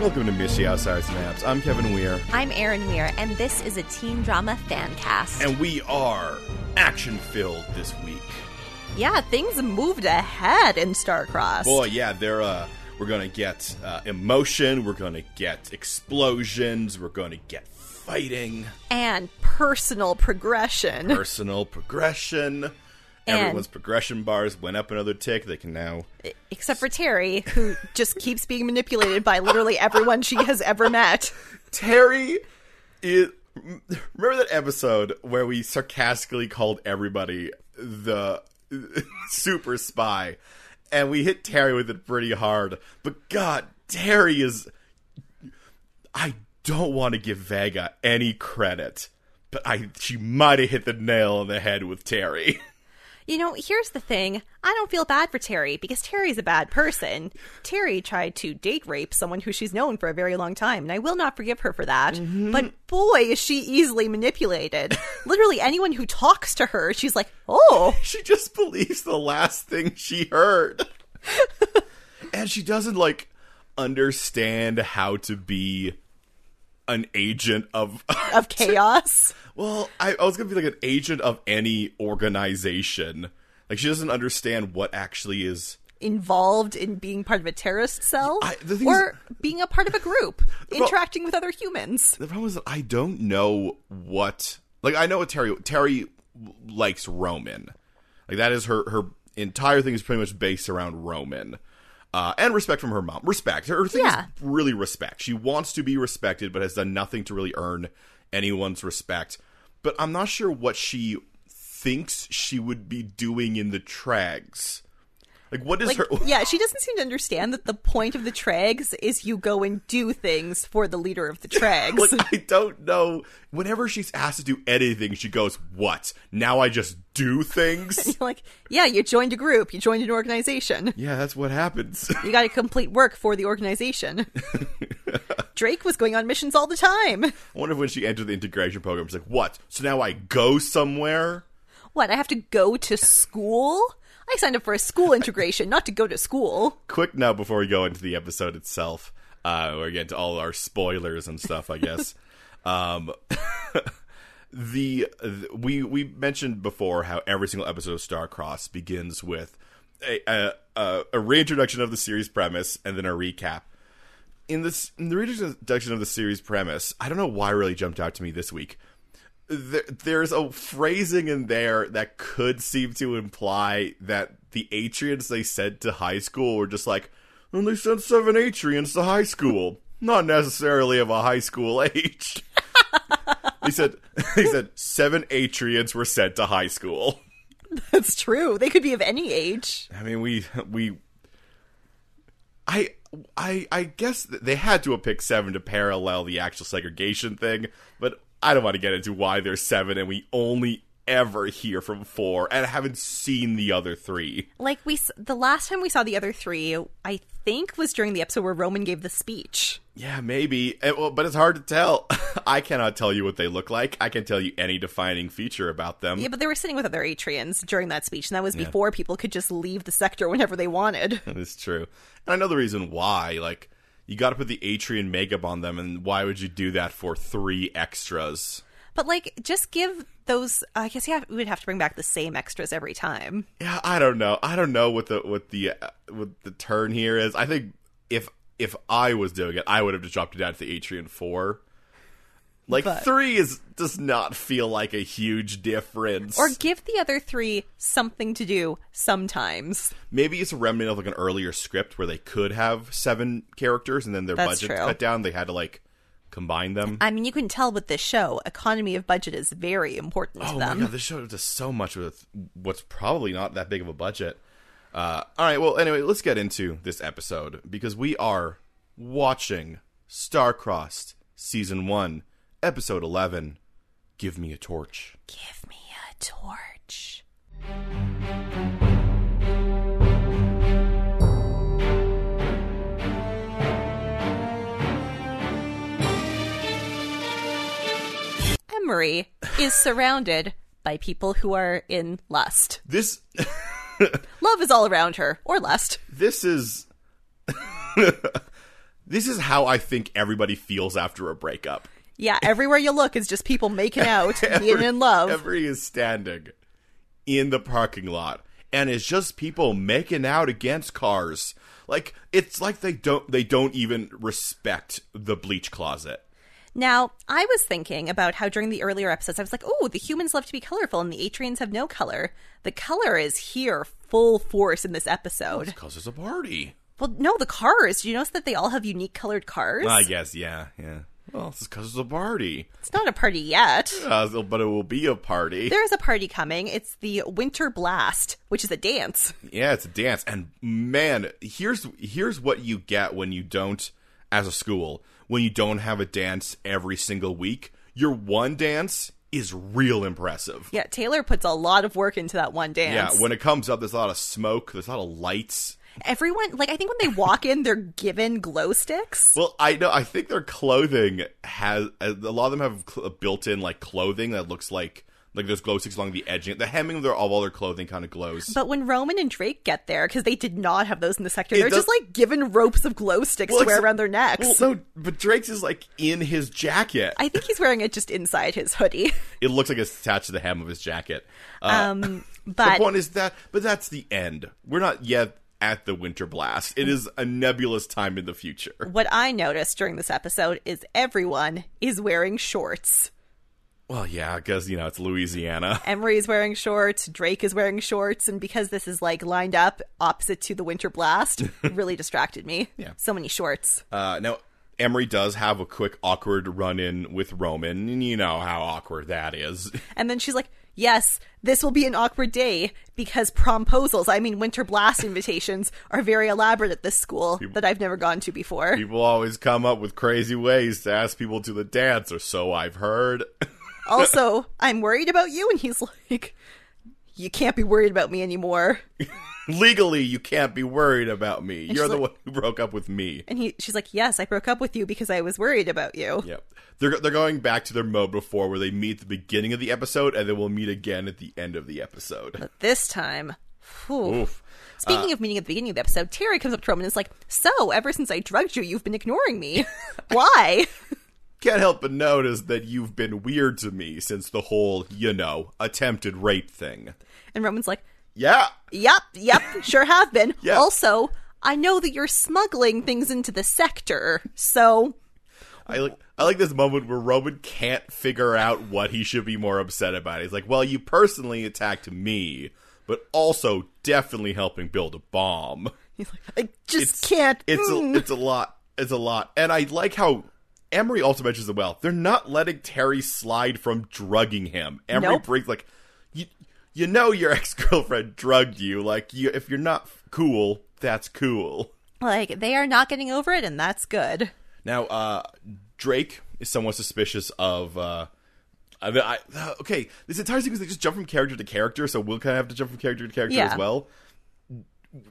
Welcome to Mishy Outside Snaps. I'm Kevin Weir, I'm Erin Weir, and this is a teen drama fan cast. and we are action filled this week. yeah, things moved ahead in Starcross. Boy, yeah, they're, uh, we're going to get uh, emotion, we're going to get explosions, we're going to get fighting, And personal progression. personal progression. Everyone's progression bars went up another tick. They can now. Except for Terry, who just keeps being manipulated by literally everyone she has ever met. Terry is. Remember that episode where we sarcastically called everybody the super spy, and we hit Terry with it pretty hard. But God, Terry is. I don't want to give Vega any credit, but I she might have hit the nail on the head with Terry. You know, here's the thing I don't feel bad for Terry because Terry's a bad person. Terry tried to date rape someone who she's known for a very long time, and I will not forgive her for that. Mm-hmm. But boy, is she easily manipulated. literally, anyone who talks to her, she's like, oh. she just believes the last thing she heard. and she doesn't like understand how to be an agent of of chaos. well, I, I was gonna be like an agent of any organization. Like she doesn't understand what actually is involved in being part of a terrorist cell I- the thing or being a part of a group interacting with other humans the problem is that I don't know what like I know what Terry Terry likes Roman. Like that is her her entire thing is pretty much based around Roman. Uh, and respect from her mom. Respect. Her, her thing Yeah. is really respect. She wants to be respected, but has done nothing to really earn anyone's respect. But I'm not sure what she thinks she would be doing in the trags. Like, what is like her? yeah she doesn't seem to understand that the point of the trags is you go and do things for the leader of the trags Like, I don't know. Whenever she's asked to do anything, she goes, What? Now I just do things? You're like yeah you joined a group you joined an organization yeah, that's what happens. you got to complete work for the organization drake was going on missions all the time I wonder if when she entered the integration program, she's like, What? So now I go somewhere? what i have to go to school i signed up for a school integration not to go to school Quick note before we go into the episode itself, uh, or get into all our spoilers and stuff, I guess. um, the, th- we we mentioned before how every single episode of Starcross begins with a, a, a, a reintroduction of the series premise and then a recap. In this in the reintroduction of the series premise, I don't know why it really jumped out to me this week. There, there's a phrasing in there that could seem to imply that the Atrians they sent to high school were just like, and they sent seven Atrians to high school, not necessarily of a high school age. He said he said seven Atrians were sent to high school. that's true they could be of any age I mean, we we I I I guess th- they had to have picked seven to parallel the actual segregation thing, but I don't want to get into why there's seven and we only ever hear from four and haven't seen the other three. like we s- the last time we saw the other three i think was during the episode where roman gave the speech Yeah, maybe, Eh, well, but it's hard to tell. I cannot tell you what they look like. I can tell you any defining feature about them. yeah but they were sitting with other atrians during that speech and that was before people could just leave the sector whenever they wanted That's true. And I know the reason why. Like, you got to put the Atrian makeup on them, and why would you do that for three extras? but like just give those i guess yeah we would have to bring back the same extras every time Yeah, I don't know. I don't know what the what the uh, what the turn here is. I think if if I was doing it, I would have just dropped it down to the Atrian four. Like But- three is does not feel like a huge difference. or give the other three something to do sometimes maybe it's a remnant of like an earlier script where they could have seven characters, and then their That's budget true. cut down. They had to like combine them. i mean you can tell with this show economy of budget is very important to Oh them my god, this show does so much with what's probably not that big of a budget. Uh, all right, well, anyway, let's get into this episode because we are watching Starcrossed Season 1, Episode 11 Give Me a Torch. give me a torch Emery is surrounded by people who are in lust. This Love is all around her, or lust. this is This is how I think everybody feels after a breakup. Yeah, everywhere you look is just people making out, being in love. Every is standing in the parking lot, and it's just people making out against cars. Like it's like they don't they don't even respect the bleach closet. Now, I was thinking about how during the earlier episodes, I was like, oh, the humans love to be colorful and the Atrians have no color. The color is here full force in this episode. Cause there's a party. Well, no, the cars. Do you notice that they all have unique colored cars? I guess Ah, yeah yeah. Well, it's because it's a party, it's not a party yet. Uh, so- but it will be a party. There is a party coming. It's the Winter Blast, which is a dance. Yeah, it's a dance, and man, here's here's what you get when you don't, as a school, when you don't have a dance every single week. Your one dance is real impressive. Yeah, Taylor puts a lot of work into that one Yeah, dance. when it comes up, there's a lot of smoke, there's a lot of lights. Everyone, like, I think when they walk in, they're given glow sticks. Well, I know, I think their clothing has a lot of them have cl- built-in like clothing that looks like like there's glow sticks along the edging, the hemming of, their, of all their clothing kind of glows. But when Roman and Drake get there, because they did not have those in the sector, It they're just does- like given ropes of glow sticks Well, to wear it's- around their necks. well, no, but Drake's is like in his jacket. I think he's wearing it just inside his hoodie. it looks like it's attached to the hem of his jacket. Uh, Um, the but point is that, but that's the end. We're not yet at the winter blast. It is a nebulous time in the future. what I noticed during this episode is everyone is wearing shorts. Well, yeah, because you know it's Louisiana. Emery is wearing shorts, Drake is wearing shorts, and because this is like lined up opposite to the winter blast, it really distracted me. Yeah. So many shorts. Uh, now, Emery does have a quick awkward run-in with Roman, and you know how awkward that is. And then she's like, Yes, this will be an awkward day because promposals, I mean winter blast invitations, are very elaborate at this school that I've never gone to before. People always come up with crazy ways to ask people to the dance, or so I've heard. also, I'm worried about you. And he's like, You can't be worried about me anymore. Legally, you can't be worried about me. You're she's the like- one who broke up with me. And he, she's like, Yes, I broke up with you because I was worried about you. Yep. They're, they're going back to their mode before where they meet at the beginning of the episode and then we'll meet again at the end of the episode. This time, whew. Oof. Speaking of meeting at the beginning of the episode, Terry comes up to Roman and is like, So, ever since I drugged you, you've been ignoring me. Why? Can't help but notice that you've been weird to me since the whole, you know, attempted rape thing. And Roman's like, Yeah. Yep, yep, sure have been. Yeah. Also, I know that you're smuggling things into the sector, so I like I like this moment where Roman can't figure out what he should be more upset about. He's like, "Well, you personally attacked me, but also definitely helping build a bomb." he's like, I just It's- can't. It's mm. a, it's a lot. It's a lot. And I like how Emery also mentions it well. They're not letting Terry slide from drugging him. Emery Nope. brings like you you know your ex-girlfriend drugged you. Like you if you're not f- cool, that's cool. like they are not getting over it, and that's good. Now, uh, Drake is somewhat suspicious of. Uh, I, mean, I, uh, okay, this entire sequence they just jump from character to character, so we'll kind of have to jump from character to character Yeah. as well.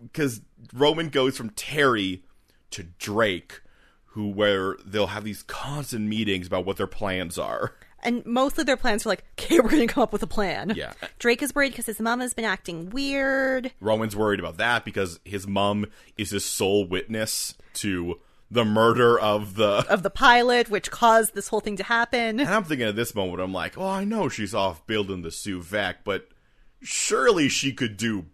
Because Roman goes from Terry to Drake, who where they'll have these constant meetings about what their plans are. And mostly their plans were like, okay, we're going to come up with a plan. Yeah. Drake is worried because his mama's been acting weird. Roman's worried about that because his mom is his sole witness to the murder of the Of the pilot, which caused this whole thing to happen. And I'm thinking at this moment, I'm like, well, I know she's off building the Suvac, but surely she could do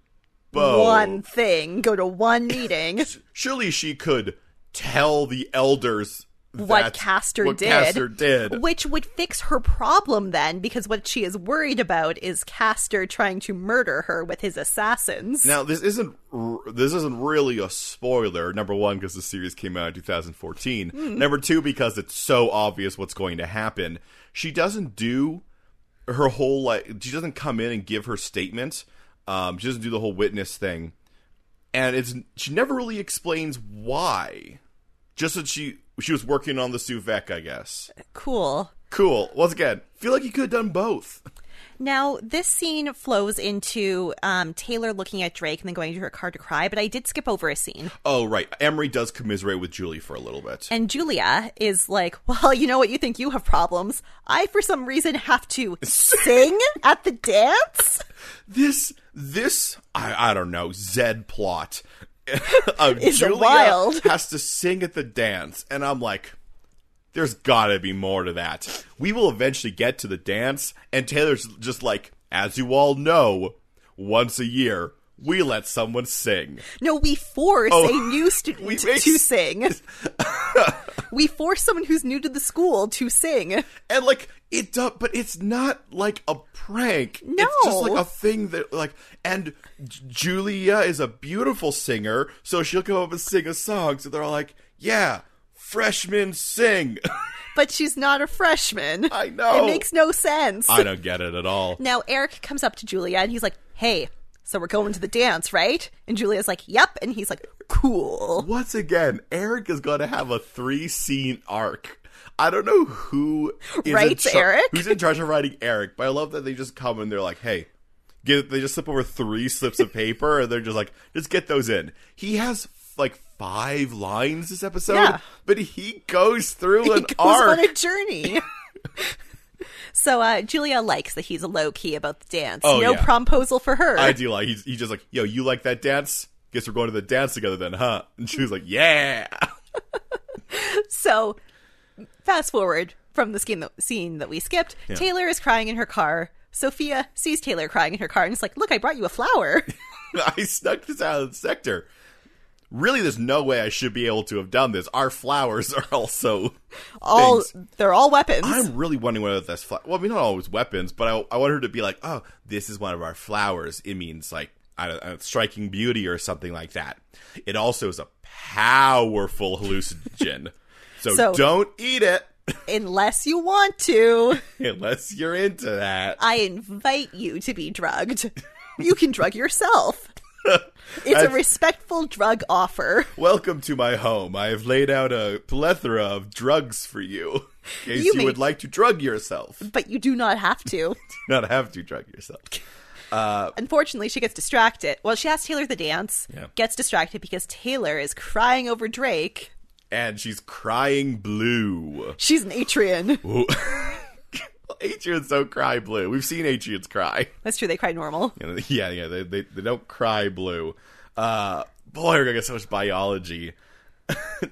both. One thing, go to one meeting. Surely she could tell the elders what that's Castor what did. Castor did. Which would fix her problem then, because what she is worried about is Castor trying to murder her with his assassins. Now this isn't r- this isn't really a spoiler. Number one, because the series came out in 2014. Number two, because it's so obvious what's going to happen. She doesn't do her whole like she doesn't come in and give her statement. Um, she doesn't do the whole witness thing, and it's she never really explains why. Just that she she was working on the Suvec, I guess. Cool. Cool. Once again, feel like you could have done both. Now, this scene flows into um, Taylor looking at Drake and then going to her car to cry, but I did skip over a scene. Oh right, Emery does commiserate with Julie for a little bit. And Julia is like, Well, you know what? You think you have problems. I, for some reason, have to sing at the dance? this this I, I don't know Zed plot uh, Is Julia wild. has to sing at the dance, and I'm like, there's gotta be more to that. We will eventually get to the dance, and Taylor's just like, as you all know, once a year we let someone sing. No, we force Oh. a new student We make- to sing. we force someone who's new to the school to sing. And like it does, but it's not like a prank. it's just No. like a thing that like. And J- Julia is a beautiful singer, so she'll come up and sing a song. So they're all like, "Yeah, freshmen sing." But she's not a freshman. I know. It makes no sense. I don't get it at all. now Eric comes up to Julia and he's like, "Hey, so we're going to the dance, right?" And Julia's like, "Yep." And he's like, "Cool." Once again, Eric is going to have a three-scene arc. I don't know who is in Writes char- Eric? who's in charge of writing Eric, but I love that they just come and they're like, "Hey." Get, they just slip over three slips of paper and they're just like, just get those in. He has like five lines this episode, Yeah. but he goes through He an goes arc. on a journey. so uh, Julia likes that he's low key about the dance. Oh, no yeah. promposal for her. I do like he's, he's just like, yo, you like that dance? Guess we're going to the dance together then, huh? And she was like, yeah. So, fast forward from the scene that, scene that we skipped. Taylor is crying in her car. Sophia sees Taylor crying in her car and is like, "Look, I brought you a flower." I snuck this out of the sector. Really, there's no way I should be able to have done this. Our flowers are also. all Thanks. they're all weapons. I'm really wondering whether that's fla- well. I mean, not always weapons, but I, I want her to be like, "Oh, this is one of our flowers." It means like I don't, uh, striking beauty or something like that. It also is a powerful hallucinogen, so, So- don't eat it Unless you want to, unless you're into that. I invite you to be drugged. You can drug yourself. It's a That's- respectful drug offer. Welcome to my home. I have laid out a plethora of drugs for you, in case you, You may- would like to drug yourself. but you do not have to. not have to drug yourself. Unfortunately, she gets distracted. Well, she asks Taylor the dance, Uh, Yeah. gets distracted because Taylor is crying over Drake. And she's crying blue. She's an Atrian. Atrians don't cry blue. We've seen Atrians cry. That's true, they cry normal. You know, Yeah, yeah, they, they, they don't cry blue. Uh, boy, we're gonna get so much biology.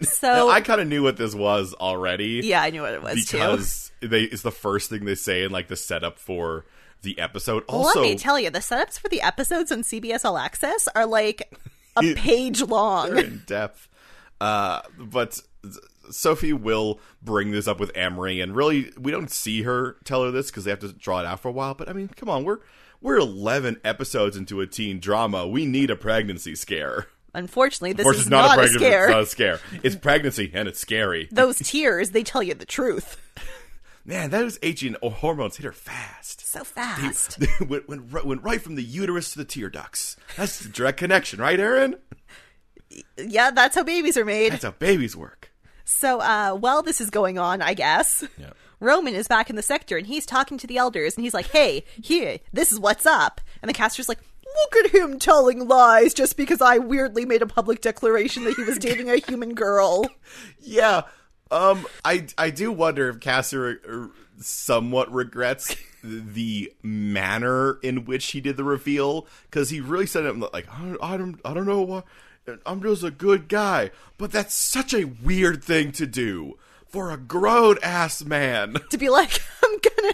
So, I kind of knew what this was already. yeah, I knew what it was too. because they it's the first thing they say in like the setup for the episode. Also, Let me tell you, the setups for the episodes on CBS All Access are like a page long. in depth. Uh, but Sophie will bring this up with Amory, and really, we don't see her tell her this because they have to draw it out for a while. But I mean, come on, we're we're eleven episodes into a teen drama. We need a pregnancy scare. Unfortunately, this Of course, is it's not, a not a, pregnancy. scare. It's not a scare. It's pregnancy, and it's scary. Those tears, they tell you the truth Man, those aging hormones hit her fast. so fast. went, went, ri- went right from the uterus to the tear ducts. That's the direct connection, right, Aaron? yeah, that's how babies are made. That's how babies work. So, uh, while this is going on, I guess. Yeah. Roman is back in the sector and he's talking to the elders and he's like, hey, here, this is what's up. And the caster's like, look at him telling lies just because I weirdly made a public declaration that he was dating a human girl. Yeah. Um, I I do wonder if Cassie re- somewhat regrets the manner in which he did the reveal because he really said it like I don't, I don't I don't know why I'm just a good guy, but that's such a weird thing to do for a grown ass man. To be like, I'm gonna.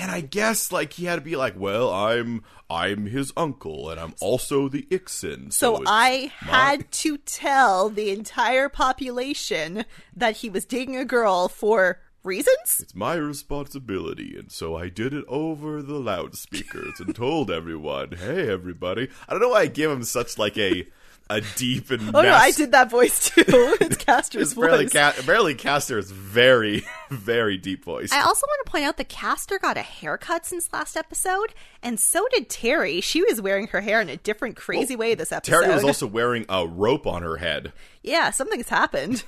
And I guess like he had to be like, well, I'm I'm his uncle and I'm also the Ixen, so, So it's I my- had to tell the entire population that he was dating a girl for reasons? It's my responsibility, and so I did it over the loudspeakers and told everyone, "Hey, everybody!" I don't know why I give him such like a a deep and Oh no, I did that voice too. It's Castor's It's barely voice. ca- barely Caster's very very deep voice. I also want to point out that Castor got a haircut since last episode, and so did Terry. She was wearing her hair in a different crazy way this episode. Terry was also wearing a rope on her head. yeah, something's happened.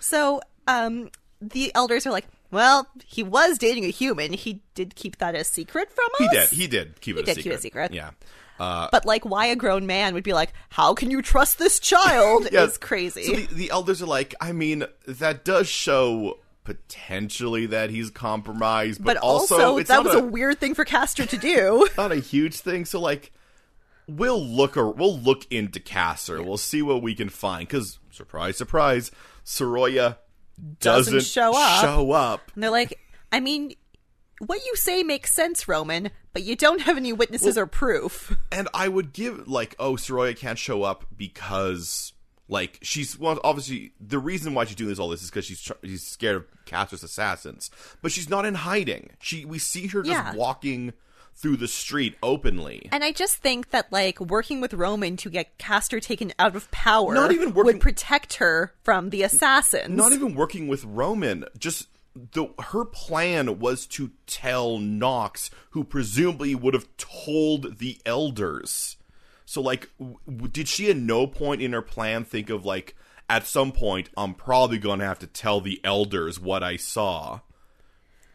so, um, the elders are like, well, he was dating a human. He did keep that a secret from us. He did. He did keep it a did secret. keep it a secret. Yeah. But, like, why a grown man would be like, how can you trust this child? Yeah. Is crazy. So the, the elders are like, I mean, that does show potentially that he's compromised, but, but also, it's that not was a a weird thing for Castor to do. not a huge thing. So like, we'll look or we'll look into Casser. We'll see what we can find because surprise, surprise, Soroya doesn't, Doesn't show up. Show up. And they're like, I mean, what you say makes sense, Roman, but you don't have any witnesses or proof. and I would give like, oh, Soroya can't show up because like she's well, obviously the reason why she's doing this all this is because she's tr- she's scared of Castor's assassins, but she's not in hiding. She we see her just Yeah. walking through the street openly. And I just think that, like, working with Roman to get Castor taken out of power Not even working- would protect her from the assassins. Not even working with Roman, just the her plan was to tell Knox, who presumably would have told the elders. So, like, w- w- did she at no point in her plan think of like, at some point, I'm probably gonna have to tell the elders what I saw?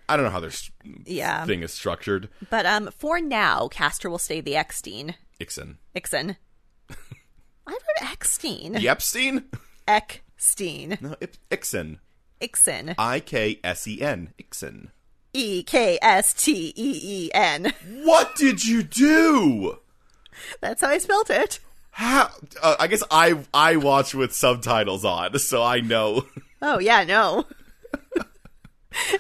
I don't know how this yeah. thing is structured. But um, for now, Castor will stay the Eckstein. Ixon, Ixon. I wrote Eckstein. the Epstein, Eckstein. no, Ip- Ixon, Ixon. I K S E N, Ixon. E K S T E E N. What did you do? That's how I spelt it. How, uh, I guess I I watch with subtitles on, so I know. Oh, yeah, no.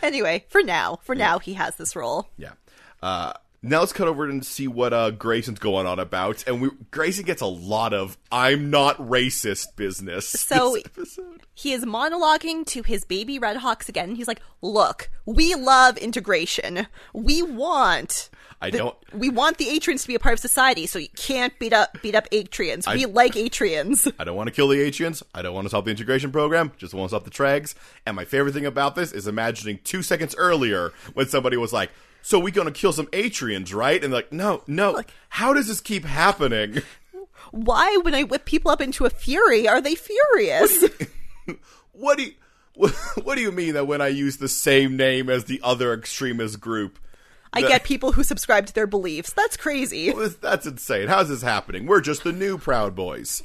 anyway, for now, for now, he has this role. Yeah. Uh, now let's cut over and see what uh, Grayson's going on about, and we Grayson gets a lot of "I'm not racist" business. So- this episode. He is monologuing to his baby Red Hawks again. He's like, "Look, we love integration. We want I the- don't. we want the Atrians to be a part of society. So you can't beat up beat up Atrians. we like Atrians. I don't want to kill the Atrians. I don't want to stop the integration program. Just want to stop the Trags. And my favorite thing about this is imagining two seconds earlier when somebody was like, "So we gonna kill some Atrians, right?" And like, "No, no. How does this keep happening?" Why, when I whip people up into a fury, are they furious? What do you, what do you mean that when I use the same name as the other extremist group? I get people who subscribe to their beliefs. That's crazy. That's insane. How's this happening? We're just the new Proud Boys.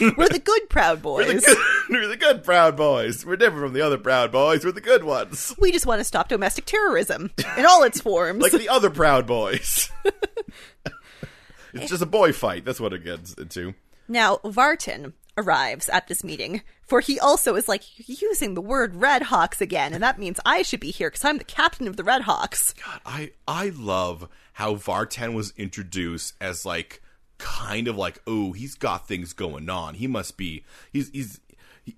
We're the good Proud Boys. We're the good, we're the good Proud Boys. We're different from the other Proud Boys. We're the good ones. we just want to stop domestic terrorism in all its forms. Like the other Proud Boys. it's just a boy fight. That's what it gets into. Now, Vartan arrives at this meeting, for he also is like, You're using the word Red Hawks again, and that means I should be here because I'm the captain of the Red Hawks. God, I I love how Vartan was introduced as like kind of like oh he's got things going on. He must be he's he's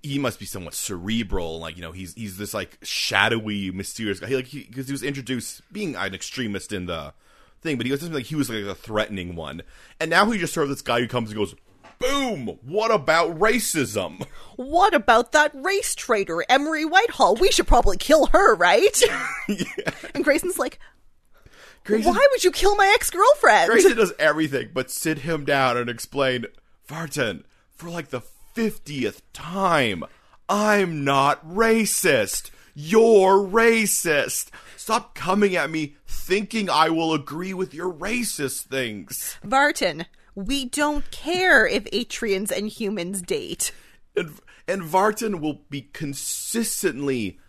he must be somewhat cerebral. Like you know he's he's this like shadowy mysterious guy. He, like because he, was introduced being an extremist in the thing, but he was just, like he was like a threatening one, and now he just sort of this guy who comes and goes. Boom! What about racism? What about that race traitor, Emery Whitehall? We should probably kill her, right? And Grayson's like, Grayson- Why would you kill my ex girlfriend? Grayson does everything but sit him down and explain, Vartan, for like the 50th time, I'm not racist. You're racist. Stop coming at me thinking I will agree with your racist things. Vartan, we don't care if Atrians and humans date. And, and Vartan will be consistently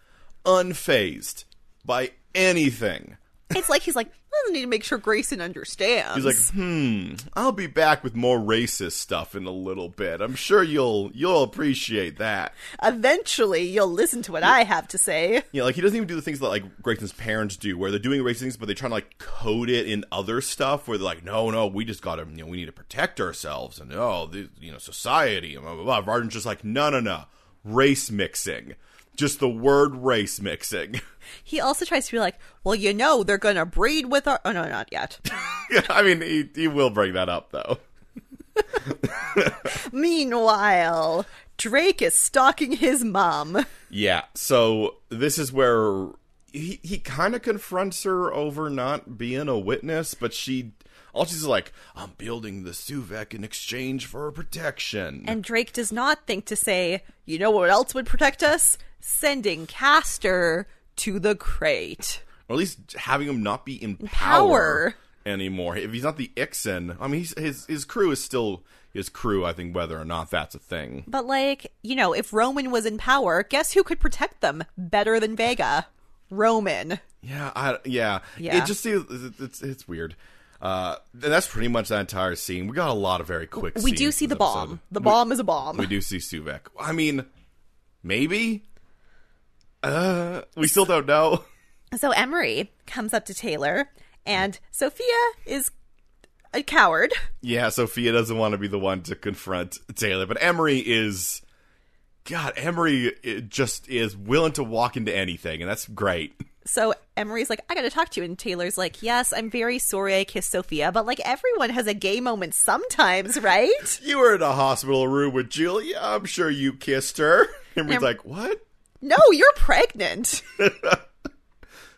unfazed by anything. It's like he's like, I need to make sure Grayson understands. He's like, hmm, I'll be back with more racist stuff in a little bit. I'm sure you'll you'll appreciate that. Eventually, you'll listen to what I have to say. Yeah, like he doesn't even do the things that like Grayson's parents do, where they're doing racist things, but they're trying to like code it in other stuff. Where they're like, no, no, we just gotta, you know, we need to protect ourselves, and oh, the, you know, society, and blah blah blah. Varden's just like, no, no, no, race mixing, just the word race mixing. He also tries to be like, well, you know, they're going to breed with our. Oh, no, not yet. Yeah, I mean, he he will bring that up though. Meanwhile, Drake is stalking his mom. Yeah, so this is where he he kind of confronts her over not being a witness, but she. All she's like, I'm building the Suvec in exchange for protection. And Drake does not think to say, you know what else would protect us? Sending Castor to the crate. or at least having him not be in power, power. anymore. If he's not the Ixen, I mean, he's, his his crew is still his crew. I think whether or not that's a thing. But, like, you know, if Roman was in power, guess who could protect them better than Vega? Roman. Yeah, I yeah. Yeah. It just seems it's it's weird. Uh, and that's pretty much that entire scene. We got a lot of very quick. We scenes do see this the episode. bomb. The bomb is a bomb. We do see Suvek. I mean, maybe. Uh, we still don't know. So Emery comes up to Taylor, and Sophia is a coward. Yeah, Sophia doesn't want to be the one to confront Taylor, but Emery is. God, Emery i- just is willing to walk into anything, and that's great. So Emery's like, I gotta talk to you. And Taylor's like, Yes, I'm very sorry I kissed Sophia, but like everyone has a gay moment sometimes, right? You were in a hospital room with Julia. I'm sure you kissed her. Emery's Em- like, what? No, you're pregnant.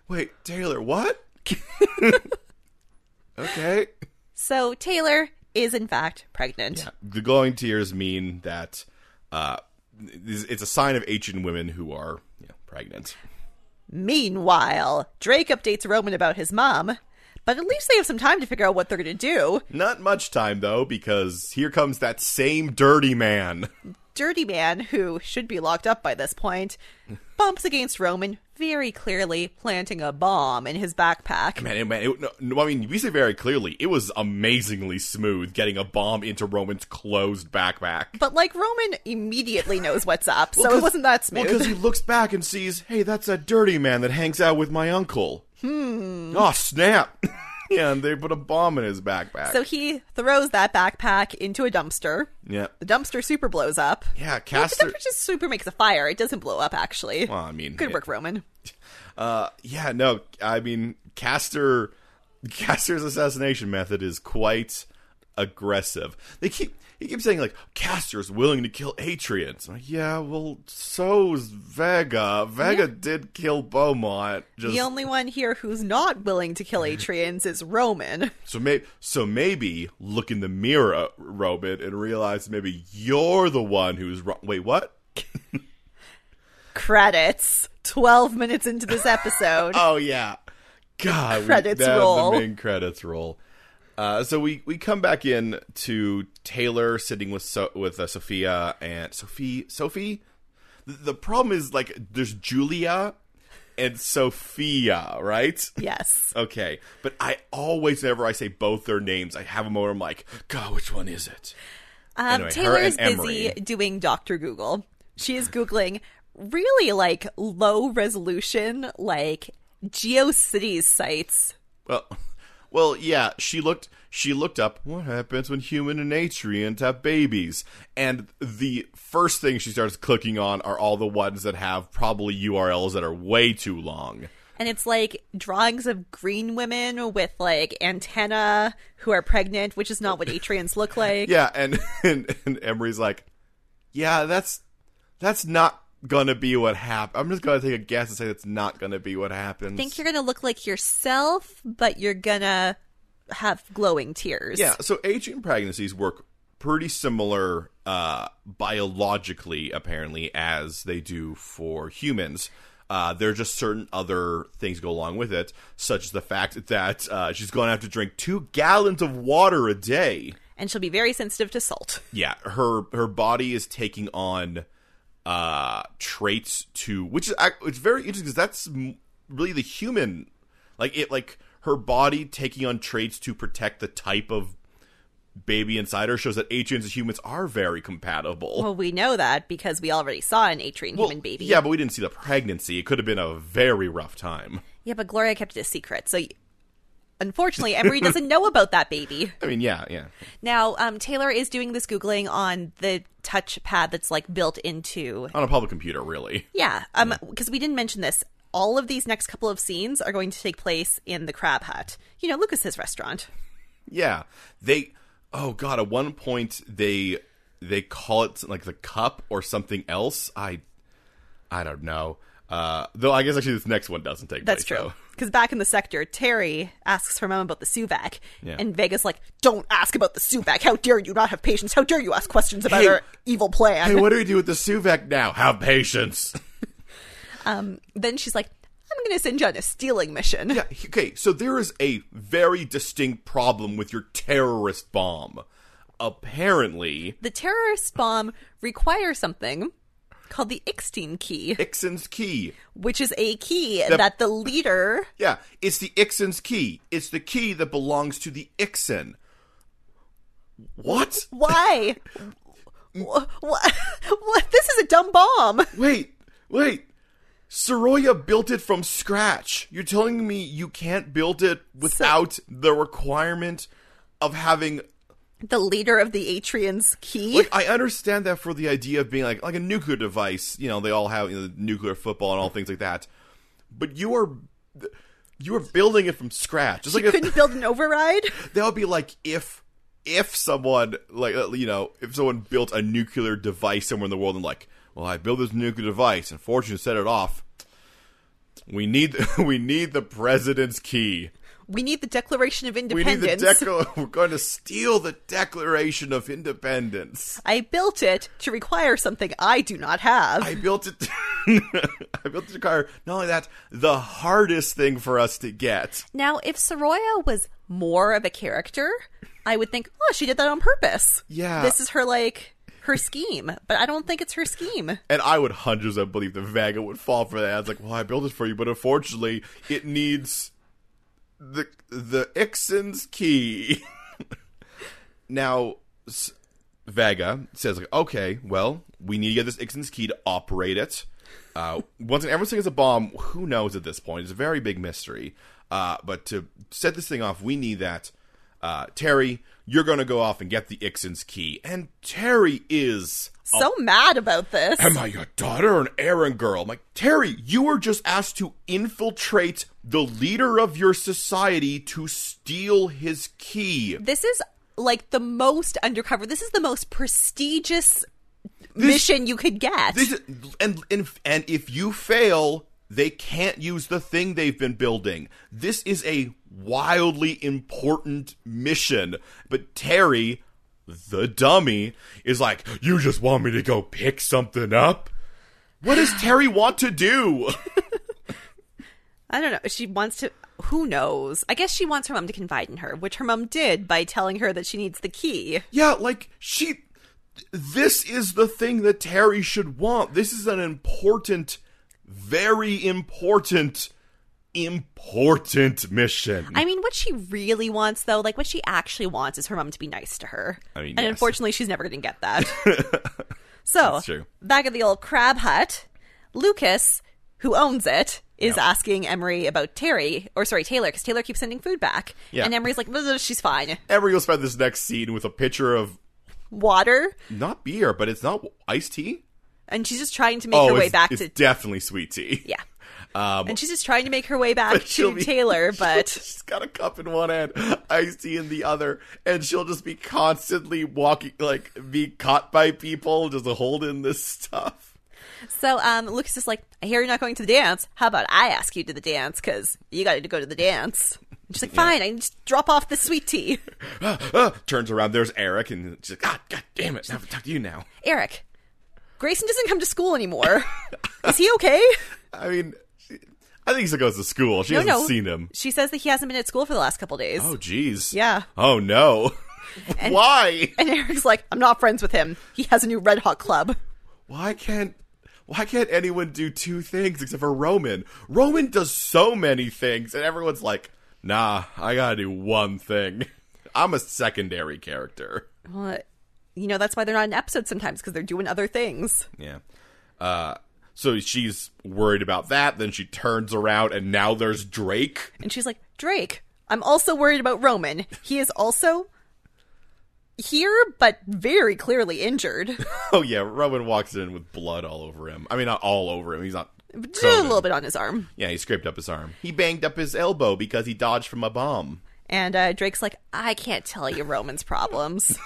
Wait, Taylor, what? okay. So Taylor is in fact pregnant. The glowing tears mean that uh, it's it's a sign of ancient women who are you know, pregnant. Meanwhile, Drake updates Roman about his mom, but at least they have some time to figure out what they're gonna do. Not much time, though, because here comes that same dirty man. Dirty man, who should be locked up by this point, bumps against Roman very clearly, planting a bomb in his backpack. Man, it, man it, no, no, I mean, we say very clearly, it was amazingly smooth getting a bomb into Roman's closed backpack. But like Roman immediately knows what's up, so 'cause- it wasn't that Well, smooth. because he looks back and sees, hey, that's a dirty man that hangs out with my uncle. Hmm. Oh, snap. yeah, and they put a bomb in his backpack. so he throws that backpack into a dumpster. yeah. The dumpster super blows up. Yeah, No, the Caster. dumpster just super makes a fire. It doesn't blow up actually. Well, I mean, Good it- work, Roman. Uh, yeah, no, I mean, Caster, Caster's assassination method is quite aggressive. They keep he keeps saying like Caster's willing to kill Atrian. It's like, yeah, well, so's Vega. Vega did kill Beaumont. Just The only one here who's not willing to kill Atrians is Roman. so maybe so maybe look in the mirror, Robin, and realize maybe you're the one who's wrong. Wait, what? Credits. Twelve minutes into this episode. Oh yeah. God, we- Credits that- roll. The main credits roll. Uh, so we, we come back in to Taylor sitting with so- with uh, Sophia and Sophie Sophie. The, the problem is like there's Julia and Sophia, right? yes. Okay, but I always whenever I say both their names, I have a moment. I'm like, God, which one is it? Um, Anyway, her Taylor is and busy Emery. doing Doctor Google. She is googling really like low resolution, like GeoCities sites. Well, well, yeah. She looked. She looked up what happens when human and atrians have babies, and the first thing she starts clicking on are all the ones that have probably URLs that are way too long. And it's like drawings of green women with like antenna who are pregnant, which is not what Atrians look like. Yeah, and and, and Emery's like, yeah, that's that's not gonna be what happened. I'm just gonna take a guess and say that's not gonna be what happens. think you're gonna look like yourself, but you're gonna have glowing tears. Yeah, so Asian pregnancies work pretty similar uh, biologically, apparently, as they do for humans. Uh, there are just certain other things go along with it, such as the fact that uh, she's going to have to drink two gallons of water a day. And she'll be very sensitive to salt. Yeah, her her body is taking on uh, traits to which is ac- it's very interesting because that's m- really the human, like it like her body taking on traits to protect the type of baby inside her shows that Atrians and humans are very compatible. Well, we know that because we already saw an Atrian Well, human baby. Yeah, but we didn't see the pregnancy. It could have been a very rough time. Yeah, but Gloria kept it a secret. So y- unfortunately, Emery doesn't know about that baby. I mean, yeah, yeah. Now, um, Taylor is doing this Googling on the touchpad that's like built into. On a public computer, really. Yeah. Um, because we didn't mention this. All of these next couple of scenes are going to take place in the Crab Hut. You know, Lucas's restaurant. Yeah, they. Oh god, at one point they they call it like the cup or something else. I I don't know. Uh, though I guess actually this next one doesn't take That's place. true. though. Because back in the sector, Terry asks her mom about the Suvac, Yeah. and Vega's like, "Don't ask about the Suvac. How dare you not have patience? How dare you ask questions about Hey- our evil plan?" Hey, what do we do with the Suvec now? Have patience. Then she's like, "I'm going to send you on a stealing mission." Yeah, okay, so there is a very distinct problem with your terrorist bomb. Apparently, The terrorist bomb requires something called the Ixtine key, Ixen's key. which is a key that the leader. Yeah, it's the Ixen's key. It's the key that belongs to the Ixen. What? Why? what, what, what? This is a dumb bomb. Wait, wait. Soroya built it from scratch. You're telling me you can't build it without the requirement of having The leader of the Atrians key. like I understand that for the idea of being like like a nuclear device, you know, they all have you know, nuclear football and all things like that. But you are you are building it from scratch. It's like if- couldn't build an override. that would be like if if someone like uh, you know if someone built a nuclear device somewhere in the world and like well i built this nuclear device and fortune set it off we need we need the president's key We need the Declaration of we need Independence. the decla- we're going to steal the declaration of independence I built it to require something I do not have. i built it i built the car not only that the hardest thing for us to get Now, if Soroya was more of a character, I would think, oh, she did that on purpose. Yeah. This is her, like, her scheme. But I don't think it's her scheme. And I would hundreds of believe the Vega would fall for that. It's like, well, I built it for you, but unfortunately, it needs the the Ixen's key. now, S- Vega says, like, okay, well, we need to get this Ixen's key to operate it. Uh, once and everything is a bomb, who knows at this point? It's a very big mystery. Uh, but to set this thing off, we need that. Uh, Terry, you're going to go off and get the Ixen's key. And Terry is So mad about this. Am I your daughter or an errand girl? I'm like, Terry, you were just asked to infiltrate the leader of your society to steal his key. this is, like, the most undercover. This is the most prestigious mission you could get. This is- and, and, and if you fail, they can't use the thing they've been building. This is a wildly important mission. But Terry, the dummy, is like, You just want me to go pick something up? What does Terry want to do? I don't know. She wants to. Who knows? I guess she wants her mom to confide in her, which her mom did by telling her that she needs the key. Yeah, like she. This is the thing that Terry should want. This is an important, very important, important mission. I mean, what she really wants, though, like what she actually wants is her mom to be nice to her. I mean, and yes. unfortunately, she's never going to get that. so, true. back at the old crab hut, Lucas, who owns it, is asking Emery about Terry, or sorry, Taylor, because Taylor keeps sending food back. Yeah. And Emery's like, "No, no, she's fine. Emery will spend this next scene with a picture of Water. not beer, but it's not iced tea. Oh, And she's just trying to make her it's, way back it's to. definitely sweet tea. yeah. Um, And she's just trying to make her way back she'll to be- Taylor, but. She's got a cup in one hand, iced tea in the other, and she'll just be constantly walking, like, be caught by people, just holding this stuff. So um, Lucas is like, I hear you're not going to the dance. How about I ask you to the dance? Because you got to go to the dance. And she's like, fine, I can just drop off the sweet tea. Uh, turns around, there's Eric, and she's like, "Ah, God, God damn it, now I have to talk to you now. Eric, Grayson doesn't come to school anymore. is he okay? I mean, she, I think he still goes to school. She No, hasn't no. seen him. She says that he hasn't been at school for the last couple days. Um. Oh, jeez. Yeah. Oh, no. Why? And Eric's like, I'm not friends with him. He has a new Red Hot Club. Why can't. Why can't anyone do two things except for Roman? Roman does so many things, and everyone's like, nah, I gotta do one thing. I'm a secondary character. Well, you know, that's why they're not in episodes sometimes, because they're doing other things. Yeah. Uh, so she's worried about that, then she turns around, and now there's Drake. And she's like, Drake, I'm also worried about Roman. He is also here, but very clearly injured. Oh yeah, Roman walks in with blood all over him. I mean, not all over him. He's not. Just covered. a little bit on his arm. Yeah, he scraped up his arm. He banged up his elbow because he dodged from a bomb. And uh, Drake's like, I can't tell you Roman's problems.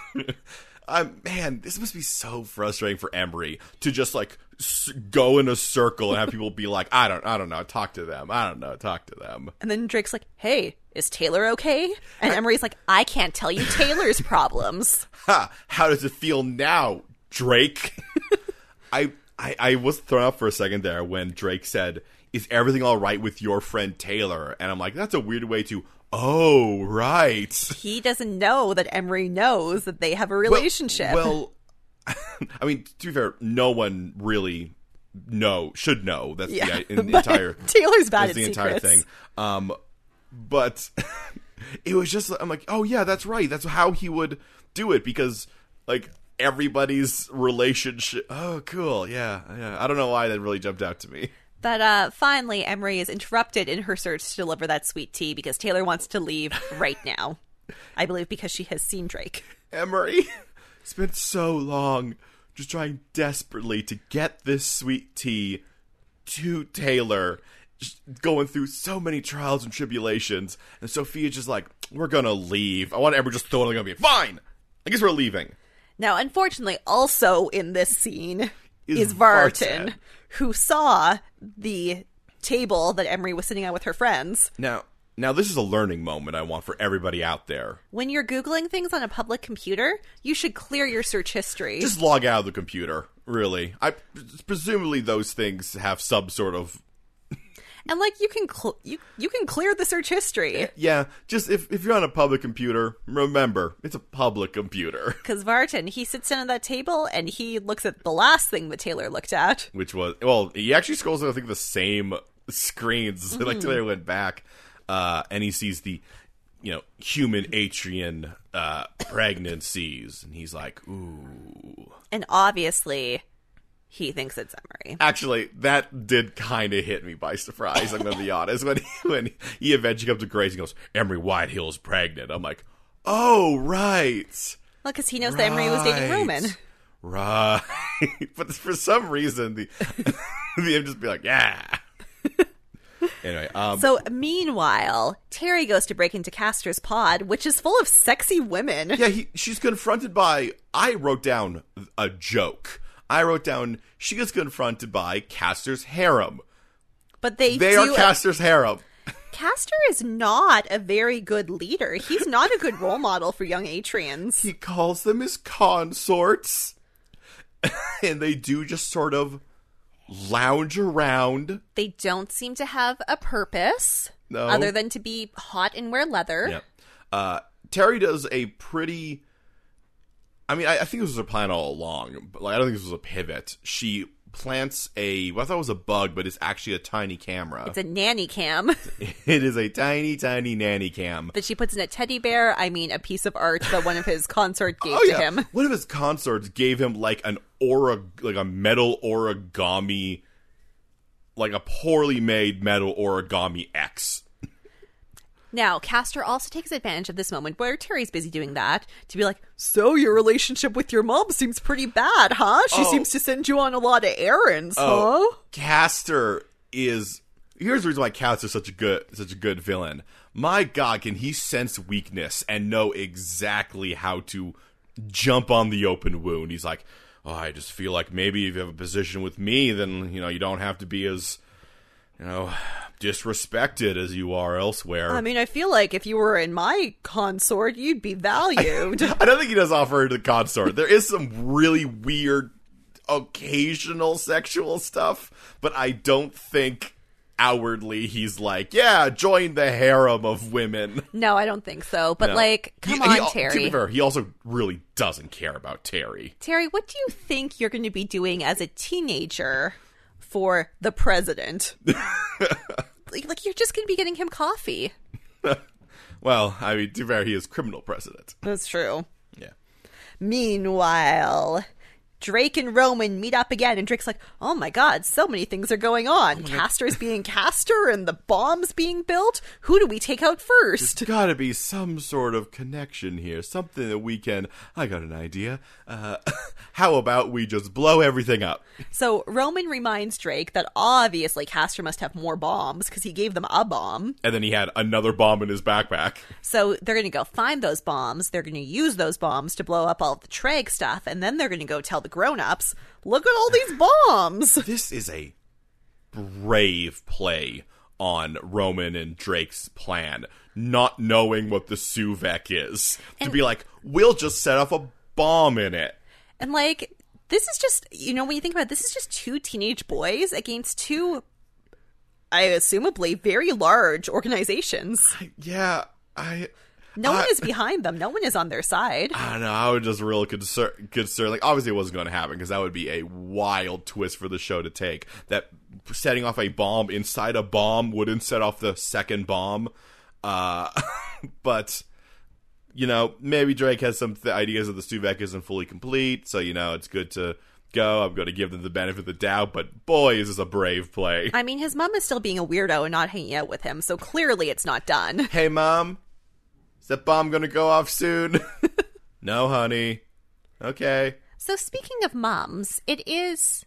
Um, man, this must be so frustrating for Emery to just like s- go in a circle and have people be like, "I don't, I don't know, talk to them. I don't know, talk to them." and then Drake's like, Hey, is Taylor okay? And Emery's like, I can't tell you Taylor's problems. Ha! How does it feel now, Drake? I, I, I was thrown off for a second there when Drake said, "Is everything all right with your friend Taylor?" And I'm like, "That's a weird way to." Oh right. He doesn't know that Emery knows that they have a relationship. Well, I mean, to be fair, no one really know should know. That's Yeah, the, in the but entire Taylor's bad that's at the entire secrets. thing. Um, but it was just I'm like, oh yeah, that's right. That's how he would do it because like everybody's relationship. Oh, cool. Yeah, yeah. I don't know why that really jumped out to me. But uh, finally, Emery is interrupted in her search to deliver that sweet tea because Taylor wants to leave right now. I believe because she has seen Drake. Emery spent so long just trying desperately to get this sweet tea to Taylor, just going through so many trials and tribulations. And Sophia's just like, we're gonna leave. I want Emery just totally gonna be fine. I guess we're leaving. Now, unfortunately, also in this scene Is is, Vartan. Vartan, who saw the table that Emery was sitting at with her friends. Now, now this is a learning moment I want for everybody out there. When you're Googling things on a public computer, you should clear your search history. Just log out of the computer, really. I presumably those things have some sort of and like you can cl- you you can clear the search history yeah. Just if if you're on a public computer, remember it's a public computer. cuz Vartan, he sits down at that table and he looks at the last thing that Taylor looked at. which was well, he actually scrolls I think the same screens like till they went back, uh, and he sees the you know human Atrian uh, pregnancies, and he's like, ooh. And obviously, he thinks it's Emery. Actually, that did kind of hit me by surprise. I'm gonna be honest. When he, when he eventually comes to Grace, he goes, "Emery Whitehill is pregnant." I'm like, "Oh right." Well, because he knows that Emery was dating Right. Roman. Right. but for some reason, the the just be like, yeah. anyway, um, So, meanwhile, Terry goes to break into Castor's pod, which is full of sexy women. yeah, he, she's confronted by. I wrote down a joke. I wrote down she gets confronted by Castor's harem. But they, They do. uh, are Castor's harem. Castor is not a very good leader. He's not a good role model for young Atrians. He calls them his consorts, and they do just sort of lounge around. They don't seem to have a purpose No. other than to be hot and wear leather. Yeah. Uh, Terry does a pretty. I mean, I, I think this was her plan all along, but like, I don't think this was a pivot. She plants a. Well, I thought it was a bug, but it's actually a tiny camera. It's a nanny cam it is a tiny, tiny nanny cam. that she puts in a teddy bear. I mean, a piece of art that one of his consort Oh, gave to him. One of his consorts gave him like an aura, like a metal origami, like a poorly made metal origami X. Now, Castor also takes advantage of this moment where Terry's busy doing that to be like, So, your relationship with your mom seems pretty bad, huh? She Oh. seems to send you on a lot of errands, huh? Caster is here's the reason why Caster's such a good such a good villain. My God, can he sense weakness and know exactly how to jump on the open wound? He's like, oh, I just feel like maybe if you have a position with me, then you know you don't have to be as you know disrespected as you are elsewhere. I mean, I feel like if you were in my consort, you'd be valued. I don't think he does offer her the consort. There is some really weird occasional sexual stuff, but I don't think outwardly he's like, yeah, join the harem of women. no, I don't think so. But, No. like, come He- on, he al- To be Terry. fair, he also really doesn't care about Terry. Terry, what do you think you're going to be doing as a teenager for the president? like, like, you're just going to be getting him coffee. Well, I mean, to be fair, he is criminal president. That's true. Yeah. Meanwhile, Drake and Roman meet up again, and Drake's like, "Oh my God, so many things are going on. Castor's being Castor, and the bomb's being built. Who do we take out first? There's gotta be some sort of connection here. Something that we can. I got an idea. Uh, how about we just blow everything up? So Roman reminds Drake that obviously Castor must have more bombs because he gave them a bomb. And then he had another bomb in his backpack. So they're going to go find those bombs. They're going to use those bombs to blow up all the Treg stuff, and then they're going to go tell the grown-ups, "Look at all these bombs." this is a brave play on Roman and Drake's plan, not knowing what the Suvec is. to be like, we'll just set off a bomb in it. And like this is just you know when you think about it, this is just two teenage boys against two I assumably very large organizations. Yeah, I No one I- is behind them. No one is on their side. I don't know. I was just real concerned. Concern, like obviously it wasn't going to happen because that would be a wild twist for the show to take. That setting off a bomb inside a bomb wouldn't set off the second bomb. Uh, but you know, maybe Drake has some th- ideas that the Stuvek isn't fully complete. So you know, it's good to go. I'm going to give them the benefit of the doubt. But boy, is this a brave play. I mean, his mom is still being a weirdo and not hanging out with him, so clearly it's not done. hey mom is that bomb gonna go off soon no honey okay So, speaking of moms, it is,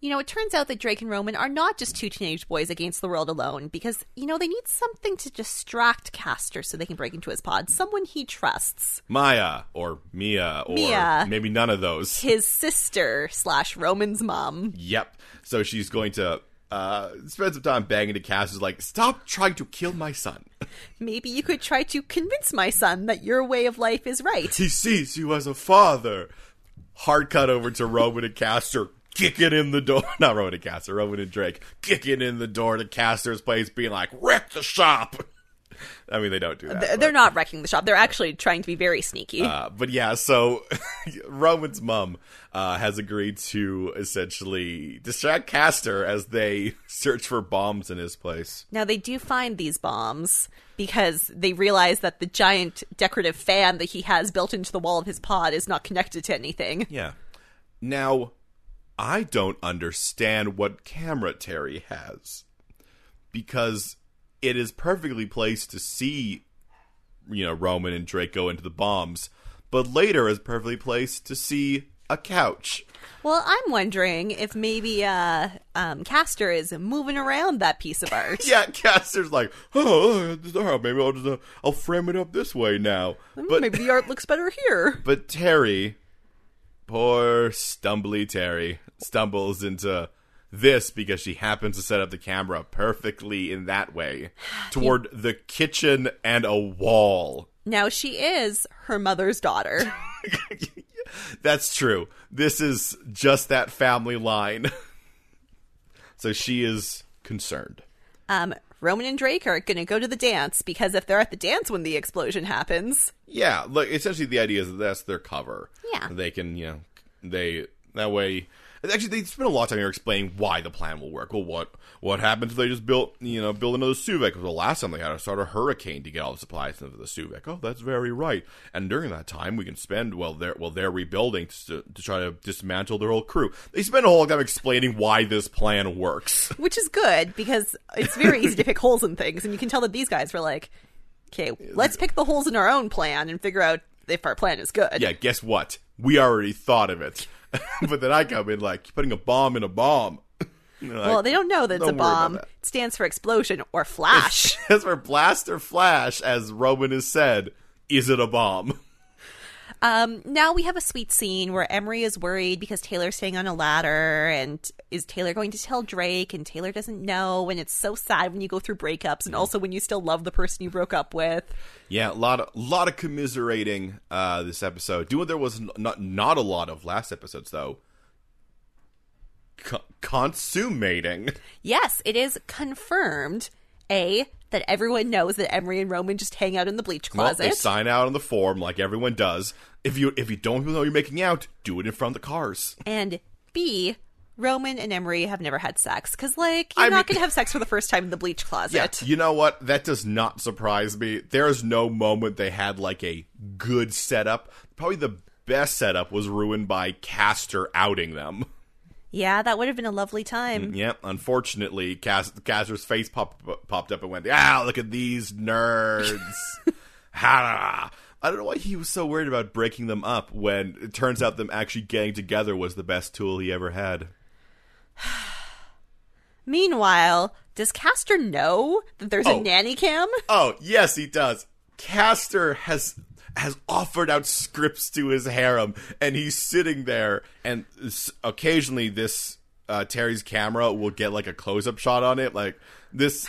you know, it turns out that Drake and Roman are not just two teenage boys against the world alone because, you know, they need something to distract Castor so they can break into his pod. Someone he trusts. maya or mia or Mia. maybe none of those His sister slash Roman's mom. yep so she's going to uh, spend some time banging to Cass is like, stop trying to kill my son. Maybe you could try to convince my son that your way of life is right. He sees you as a father. Hard cut over to Roman and Castor kicking in the door. Not Roman and Castor, Roman and Drake kicking in the door to Castor's place, being like, wreck the shop. I mean, they don't do that. They're but- they're not wrecking the shop. They're actually trying to be very sneaky. Uh, but yeah, so Roman's mom uh, has agreed to essentially distract Castor as they search for bombs in his place. Now they do find these bombs because they realize that the giant decorative fan that he has built into the wall of his pod is not connected to anything. Yeah. Now, I don't understand what camera Terry has because it is perfectly placed to see, you know, Roman and Drake go into the bombs, but later is perfectly placed to see a couch. Well, I'm wondering if maybe uh, um, Castor is moving around that piece of art. Yeah, Caster's like, oh, oh, maybe I'll just uh, I'll frame it up this way now. But maybe the art looks better here. but Terry, poor stumbly Terry, stumbles into this because she happens to set up the camera perfectly in that way toward the kitchen and a wall. Now she is her mother's daughter. That's true. This is just that family line. so she is concerned. Um, Roman and Drake are going to go to the dance because if they're at the dance when the explosion happens, Yeah, look, essentially the idea is that that's their cover. Yeah. They can, you know, they that way. Actually, they spend a lot of time here explaining why the plan will work. Well, what what happens if they just built, you know, build another Suvek? Well, the last time they had to start a hurricane to get all the supplies into the Suvek. Oh, that's very right. And during that time, we can spend well, they're well, they're rebuilding to, to try to dismantle their whole crew. They spend a whole time explaining why this plan works. which is good because it's very easy to pick holes in things, and you can tell that these guys were like, "Okay, let's pick the holes in our own plan and figure out if our plan is good." yeah, guess what? We already thought of it. but then I come in like putting a bomb in a bomb. You know, Well, like- they don't know that it's Don't a worry about bomb. that. It stands for explosion or flash. As for blast or flash, as Roman has said, is it a bomb? um, now we have a sweet scene where Emery is worried because Taylor's staying on a ladder, and is Taylor going to tell Drake? And Taylor doesn't know, and it's so sad when you go through breakups, and also when you still love the person you broke up with. Yeah, a lot of lot of commiserating uh, this episode. Do what there was n- not not a lot of last episodes though. Co- consummating. Yes, it is confirmed. A that everyone knows that Emery and Roman just hang out in the bleach Well, closet. they sign out on the form like everyone does. If you if you don't know you're making out, do it in front of the cars. and B, Roman and Emery have never had sex because, like, you're I not mean- going to have sex for the first time in the bleach closet. You know what? That does not surprise me. There is no moment they had like a good setup. Probably the best setup was ruined by Caster outing them. Yeah, that would have been a lovely time. Yeah, unfortunately, Cas- Caster's face pop- popped up and went, "Ah, look at these nerds!" Ha! I don't know why he was so worried about breaking them up when it turns out them actually getting together was the best tool he ever had. Meanwhile, does Castor know that there's Oh. a nanny cam? Oh, yes, he does. Caster has has offered out scripts to his harem, and he's sitting there, and s- occasionally this uh, Terry's camera will get like a close up shot on it, like this.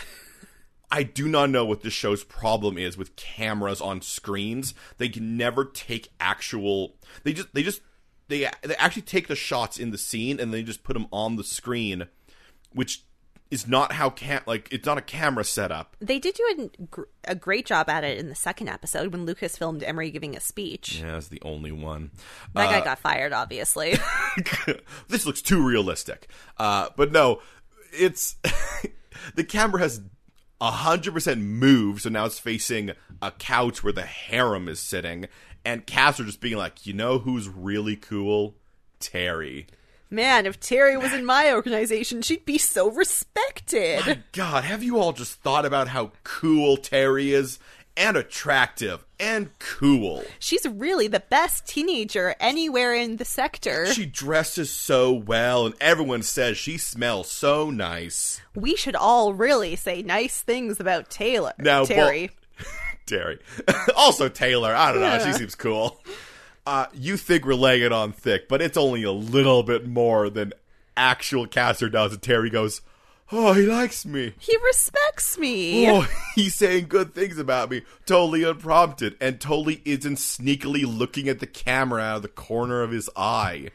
I do not know what this show's problem is with cameras on screens. They can never take actual. They just they just they they actually take the shots in the scene and they just put them on the screen, which is not how cam like it's not a camera setup. They did do a, gr- a great job at it in the second episode when Lucas filmed Emery giving a speech. Yeah, that's the only one. Uh, That guy got fired, obviously. this looks too realistic. Uh, but no, it's the camera has hundred percent moved, so now it's facing a couch where the harem is sitting, and cats are just being like, you know who's really cool, Terry. Man, if Terry was in my organization, she'd be so respected. God, have you all just thought about how cool Terry is? And attractive and cool. She's really the best teenager anywhere in the sector. She dresses so well, and everyone says she smells so nice. We should all really say nice things about Taylor. Now, Terry. Terry. also Taylor. I don't know. Yeah. She seems cool. Uh, you think we're laying it on thick, but it's only a little bit more than actual Caster does. And Terry goes, "Oh, he likes me. he respects me. Oh, he's saying good things about me, totally unprompted, and totally isn't sneakily looking at the camera out of the corner of his eye."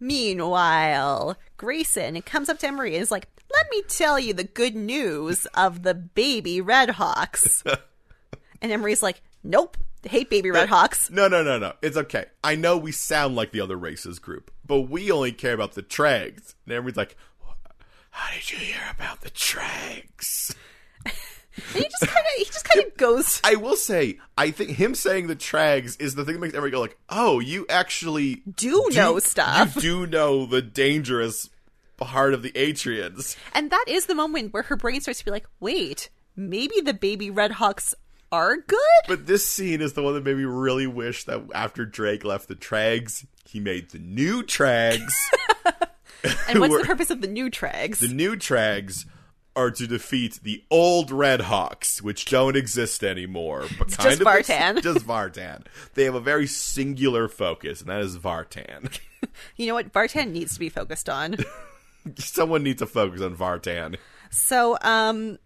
Meanwhile, Grayson comes up to Emery and is like, Let me tell you the good news of the baby Red Hawks. and Emery's like, Nope, hate baby Red Hawks. No, no, no, no. It's okay. I know we sound like the other races group, but we only care about the Trags. And everyone's like, "How did you hear about the Trags?" And he just kind of he just kind of goes I will say, I think him saying the trags is the thing that makes everybody go like, "Oh, you actually do know stuff. You do know the dangerous part of the Atrians." And that is the moment where her brain starts to be like, wait, maybe the baby Red Hawks are good? But this scene is the one that made me really wish that after Drake left the trags, he made the new trags. And what's the We're- purpose of the new Trags? the new trags are to defeat the old Red Hawks, which don't exist anymore. But kind just of ex- Vartan. just Vartan. They have a very singular focus, and that is Vartan. you know what? Vartan needs to be focused on. Someone needs to focus on Vartan. so, um,.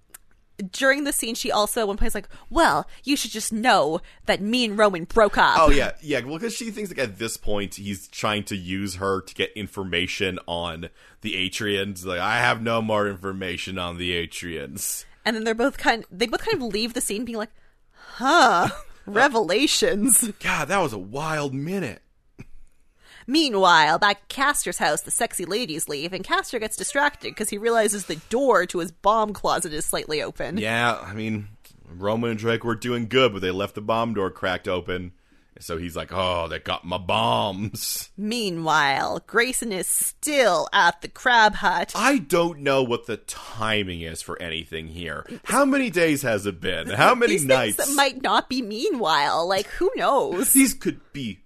During the scene, she also at one point is like, "Well, you should just know that me and Roman broke up." Oh yeah, yeah. Well, because she thinks like at this point he's trying to use her to get information on the Atrians. Like I have no more information on the Atrians. And then they're both kind. They both kind of leave the scene, being like, "Huh." Revelations. God, that was a wild minute. Meanwhile, back at Castor's house, the sexy ladies leave, and Castor gets distracted because he realizes the door to his bomb closet is slightly open. Yeah, I mean Roman and Drake were doing good, but they left the bomb door cracked open. So he's like, "Oh, they got my bombs." Meanwhile, Grayson is still at the crab hut. I don't know what the timing is for anything here. How many days has it been? How many These nights? things might not be meanwhile, like who knows? These could be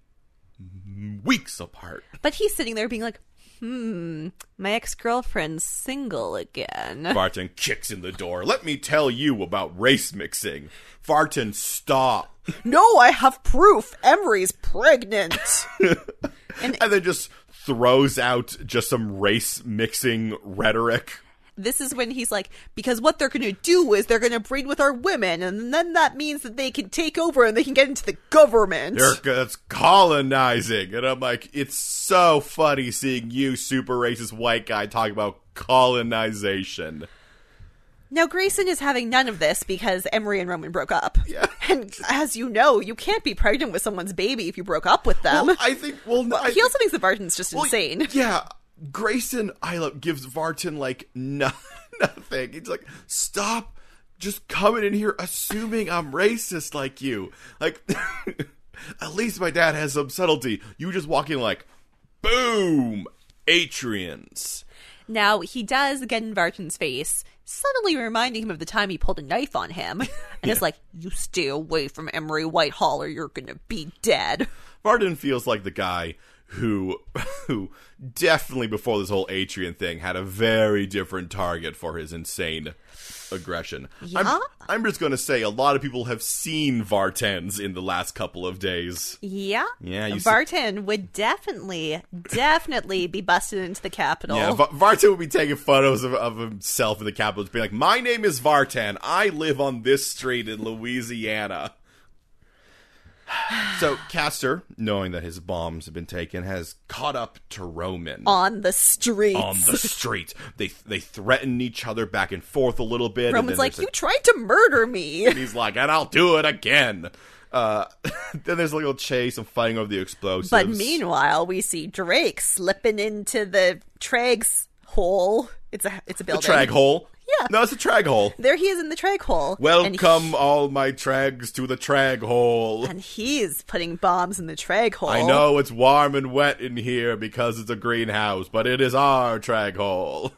weeks apart. But he's sitting there being like, "Hmm, my ex-girlfriend's single again." Barton kicks in the door. Let me tell you about race mixing. Barton, stop. No, I have proof. Emery's pregnant. And then just throws out just some race mixing rhetoric. this is when he's like, because what they're going to do is they're going to breed with our women, and then that means that they can take over and they can get into the government. They're- That's colonizing. And I'm like, it's so funny seeing you, super racist white guy, talk about colonization. Now Grayson is having none of this because Emery and Roman broke up. Yeah. And as you know, you can't be pregnant with someone's baby if you broke up with them. Well, I think, well, no, I he also thinks that Barton's just insane. Yeah, Grayson I love gives Vartan like no- nothing. He's like, stop just coming in here assuming I'm racist like you. Like, at least my dad has some subtlety. You just walk in like, boom, Atrians. Now he does get in Barton's face, suddenly reminding him of the time he pulled a knife on him, and it's like, "You stay away from Emery Whitehall, or you're gonna be dead." Vartan feels like the guy who who definitely before this whole Atrian thing had a very different target for his insane aggression. Yeah? I'm, I'm just going to say a lot of people have seen Vartans in the last couple of days. Yeah, Yeah, you see- Barton would definitely, definitely be busted into the Capitol. Yeah, Va- Vartan would be taking photos of, of himself in the Capitol, just being like, "My name is Vartan. I live on this street in Louisiana." So Castor, knowing that his bombs have been taken, has caught up to Roman on the streets. on the street. They they threaten each other back and forth a little bit. and Roman's then like, there's you tried to murder me. a- he's like, and I'll do it again. Uh, then there's a little chase and fighting over the explosives. But meanwhile, we see Drake slipping into the Trag's hole. It's a it's a the building. trag hole. Yeah. no, it's a trag hole. There he is in the Trag hole. And he- Welcome, all my trags, to the trag hole. and he's putting bombs in the Trag hole. I know it's warm and wet in here because it's a greenhouse, but it is our trag hole.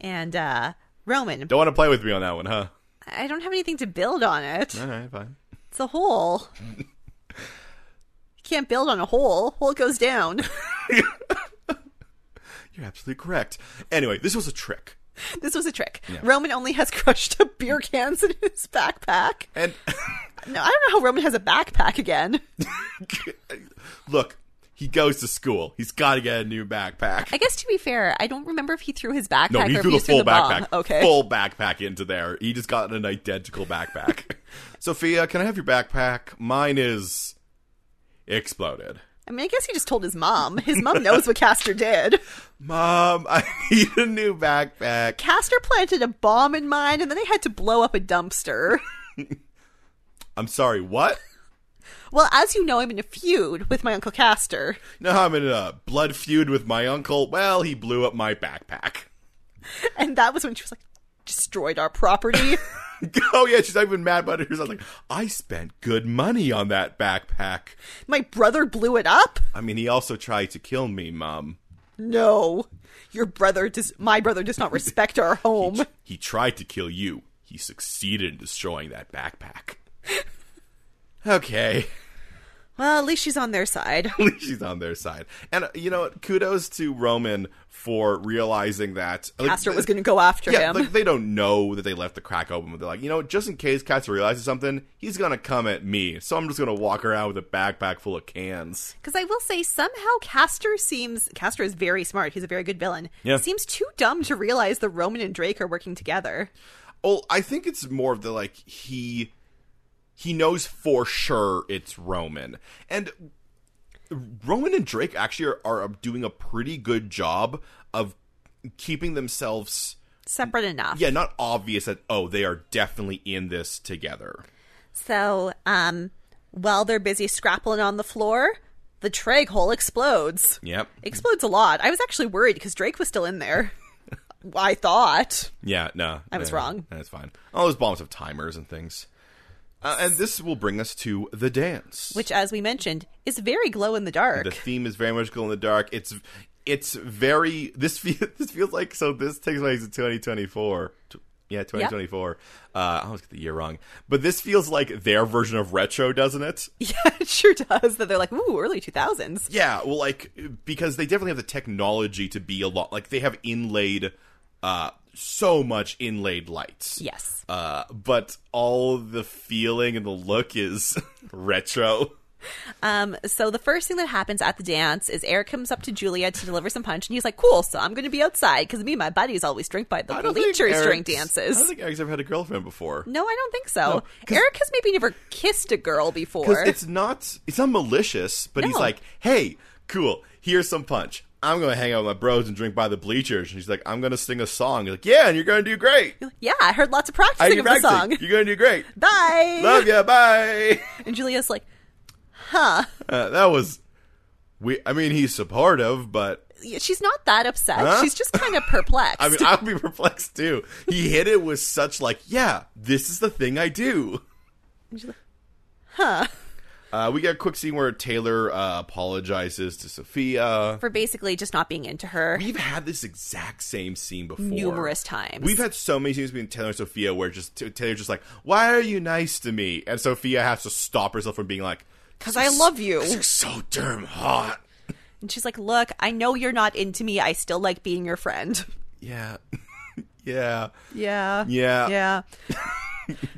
And uh Roman, Don't want to play with me on that one, huh? I don't have anything to build on it. All right, fine. It's a hole. you can't build on a hole. Hole goes down. You're absolutely correct. Anyway, this was a trick. this was a trick. Roman only has crushed up beer cans in his backpack. And No, I don't know how Roman has a backpack again. look, he goes to school. He's got to get a new backpack. I guess to be fair, I don't remember if he threw his backpack no, or he if threw the he full threw the bomb. backpack. Okay. Full backpack into there. He just got an identical backpack. Sophia, can I have your backpack? Mine is exploded. I mean, I guess he just told his mom. His mom knows what Castor did. Mom, I need a new backpack. Castor planted a bomb in mine, and then they had to blow up a dumpster. I'm sorry, what? Well, as you know, I'm in a feud with my uncle Castor. No, I'm in a blood feud with my uncle. Well, he blew up my backpack. And that was when she was like, destroyed our property. oh yeah, she's not even mad about it. She's like, I spent good money on that backpack. my brother blew it up. I mean, he also tried to kill me, Mom. No, your brother does. My brother does not respect our home. He tried to kill you. He succeeded in destroying that backpack. okay. Well, at least she's on their side. At least she's on their side. And uh, you know what? Kudos to Roman for realizing that. like, Castor th- was going to go after Yeah, him. like, they don't know that they left the crack open, but they're like, you know, what? just in case Castor realizes something, he's gonna come at me. So I'm just gonna walk around with a backpack full of cans. Because I will say, somehow Castor seems Castor is very smart. He's a very good villain. Yeah. seems too dumb to realize that Roman and Drake are working together. Well, I think it's more of the like he he knows for sure it's Roman. And Roman and Drake actually are, are doing a pretty good job of keeping themselves Separate enough. yeah, not obvious that oh, they are definitely in this together. So, um, while they're busy scrappling on the floor, the trag hole explodes. Yep. Explodes a lot. I was actually worried because Drake was still in there. I thought. Yeah, no. I was wrong. That's fine. All those bombs have timers and things. Uh, and this will bring us to the dance. Which, as we mentioned, is very glow in the dark. The theme is very much glow in the dark. It's it's very this feels this feels like so this takes place in 2024. T- Yeah, 2024. Uh, I always get the year wrong, but this feels like their version of retro, doesn't it? yeah, it sure does. That they're like, ooh, early 2000s. Yeah, well, like because they definitely have the technology to be a lot like they have inlaid, uh, so much inlaid lights. Yes. Uh, but all the feeling and the look is retro. Um, so the first thing that happens at the dance is Eric comes up to Julia to deliver some punch, and he's like, "Cool, so I'm going to be outside because me and my buddies always drink by the I don't think bleachers during Eric's- I dances." don't think Eric's ever had a girlfriend before. no, I don't think so. 'cause- Eric has maybe never kissed a girl before. Because it's not it's not malicious, but he's No. like, hey, cool, here's some punch. I'm gonna hang out with my bros and drink by the bleachers. And he's like, I'm gonna sing a song. He's like, yeah, and you're gonna do great. yeah, I heard lots of I practicing do of the song. You're gonna do great. Bye. Love ya, bye. And Julia's like, Uh, that was we. I mean, he's supportive, but she's not that upset. Huh? She's just kind of perplexed. I mean, I'll be perplexed too. He hit it with such like, yeah, this is the thing I do. And she's like, Uh, we got a quick scene where Taylor uh, apologizes to Sophia. For basically just not being into her. We've had this exact same scene before. Numerous times. We've had so many scenes between Taylor and Sophia where just T- Taylor's just like, "Why are you nice to me?" And Sophia has to stop herself from being like, Because I love you. "You're so damn hot." And she's like, Look, I know you're not into me. I still like being your friend. Yeah, yeah, Yeah. yeah. Yeah.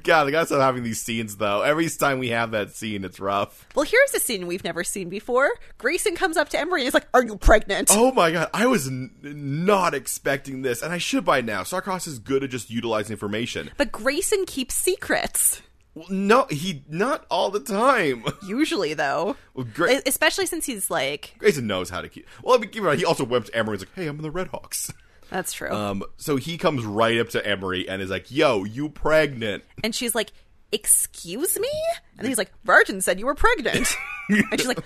God, they gotta stop having these scenes though. Every time we have that scene, it's rough. Well, here's a scene we've never seen before. Grayson comes up to Emery and is like, Are you pregnant? Oh my god, I was n- not expecting this, and I should by now. Sarkos is good at just utilizing information. But Grayson keeps secrets. Well, no, he not all the time. Usually, though, Well, Gra- E- especially since he's like, Grayson knows how to keep. Well, I mean, keep in mind, he also whipped Emery. He's like, "Hey, I'm in the Red Hawks." that's true. Um, so he comes right up to Emery and is like, "Yo, you pregnant?" and she's like, "Excuse me," and he's like, "Virgin said you were pregnant," and she's like,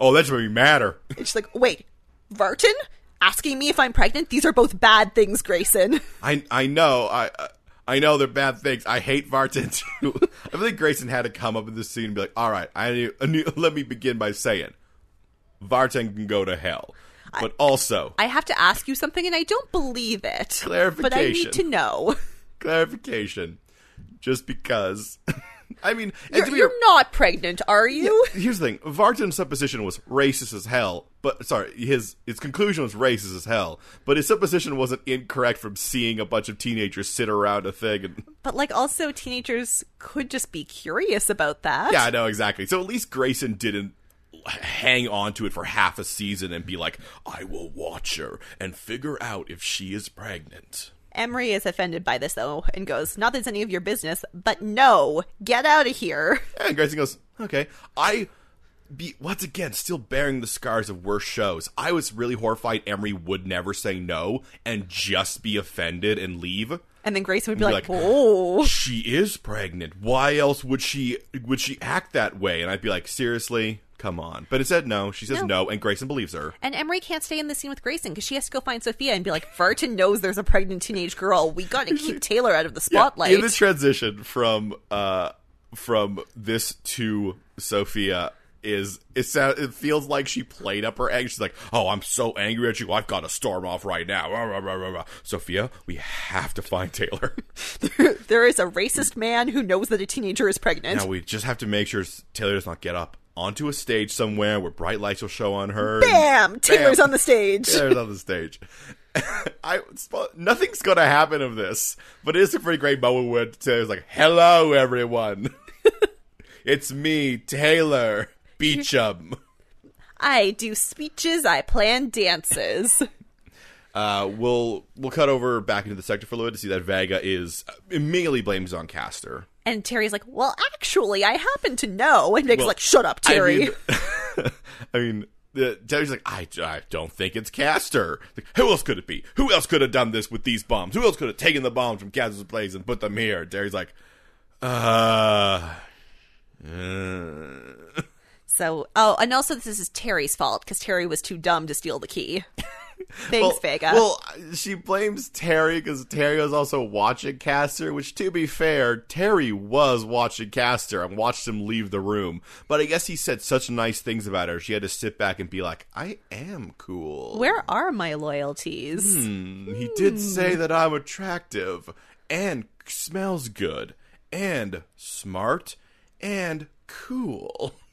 Oh, that should make me madder. and she's like, "Wait, Virgin." Asking me if I'm pregnant? These are both bad things, Grayson. I I know I I- I know they're bad things. I hate Vartan too. I feel like Grayson had to come up with this scene and be like, "All right, I, knew- I knew- let me begin by saying, Vartan can go to hell, but also I have to ask you something, and I don't believe it. But I Clarification. need to know. clarification, just because." I mean, and You're, to be you're not pregnant, are you? Here's the thing: Vartan's supposition was racist as hell, but sorry, his his conclusion was racist as hell. But his supposition wasn't incorrect from seeing a bunch of teenagers sit around a thing. And But like, also teenagers could just be curious about that. yeah, I know exactly. So at least Grayson didn't hang on to it for half a season and be like, "I will watch her and figure out if she is pregnant." Emery is offended by this though and goes, "Not that it's any of your business, but no, get out of here." And Grayson goes, "Okay, I." Be, once again, still bearing the scars of worse shows. I was really horrified Emery would never say no and just be offended and leave. And then Grayson would be like, like, "Oh, she is pregnant. Why else would she would she act that way? And I'd be like, seriously, come on. But instead, no. She says no, and Grayson believes her. And Emery can't stay in the scene with Grayson because she has to go find Sophia and be like, Vartan knows there's a pregnant teenage girl. We got to keep Taylor out of the spotlight. In the transition from uh from this to Sophia is it sound, it feels like she played up her anger. She's like, "Oh, I'm so angry at you. I've got to storm off right now." Rah, rah, rah, rah, rah. Sophia, we have to find Taylor. there is a racist man who knows that a teenager is pregnant. now we just have to make sure Taylor does not get up onto a stage somewhere where bright lights will show on her. and- Bam! Taylor's on the stage. There's on the stage. I spo- nothing's gonna happen of this, but it is a pretty great moment where Taylor's like, "Hello, everyone, it's me, Taylor Beecham." I do speeches. I plan dances. Uh, we'll we'll cut over back into the sector for a little bit to see that Vega is immediately blames on Caster. and Terry's like, "Well, actually, I happen to know." And Nick's like, "Shut up, Terry." I mean, I mean the, Terry's like, I, I don't think it's Caster. Like, who else could it be? Who else could have done this with these bombs? Who else could have taken the bombs from Caster's place and put them here? Terry's like, uh. uh." so, oh, and also this is Terry's fault because Terry was too dumb to steal the key. Thanks, well, Vega. Well, she blames Terry because Terry was also watching Caster, which, to be fair, Terry was watching Caster and watched him leave the room. But I guess he said such nice things about her, she had to sit back and be like, I am cool. Where are my loyalties? Hmm. Mm, He did Hmm. say that I'm attractive and smells good and smart and cool.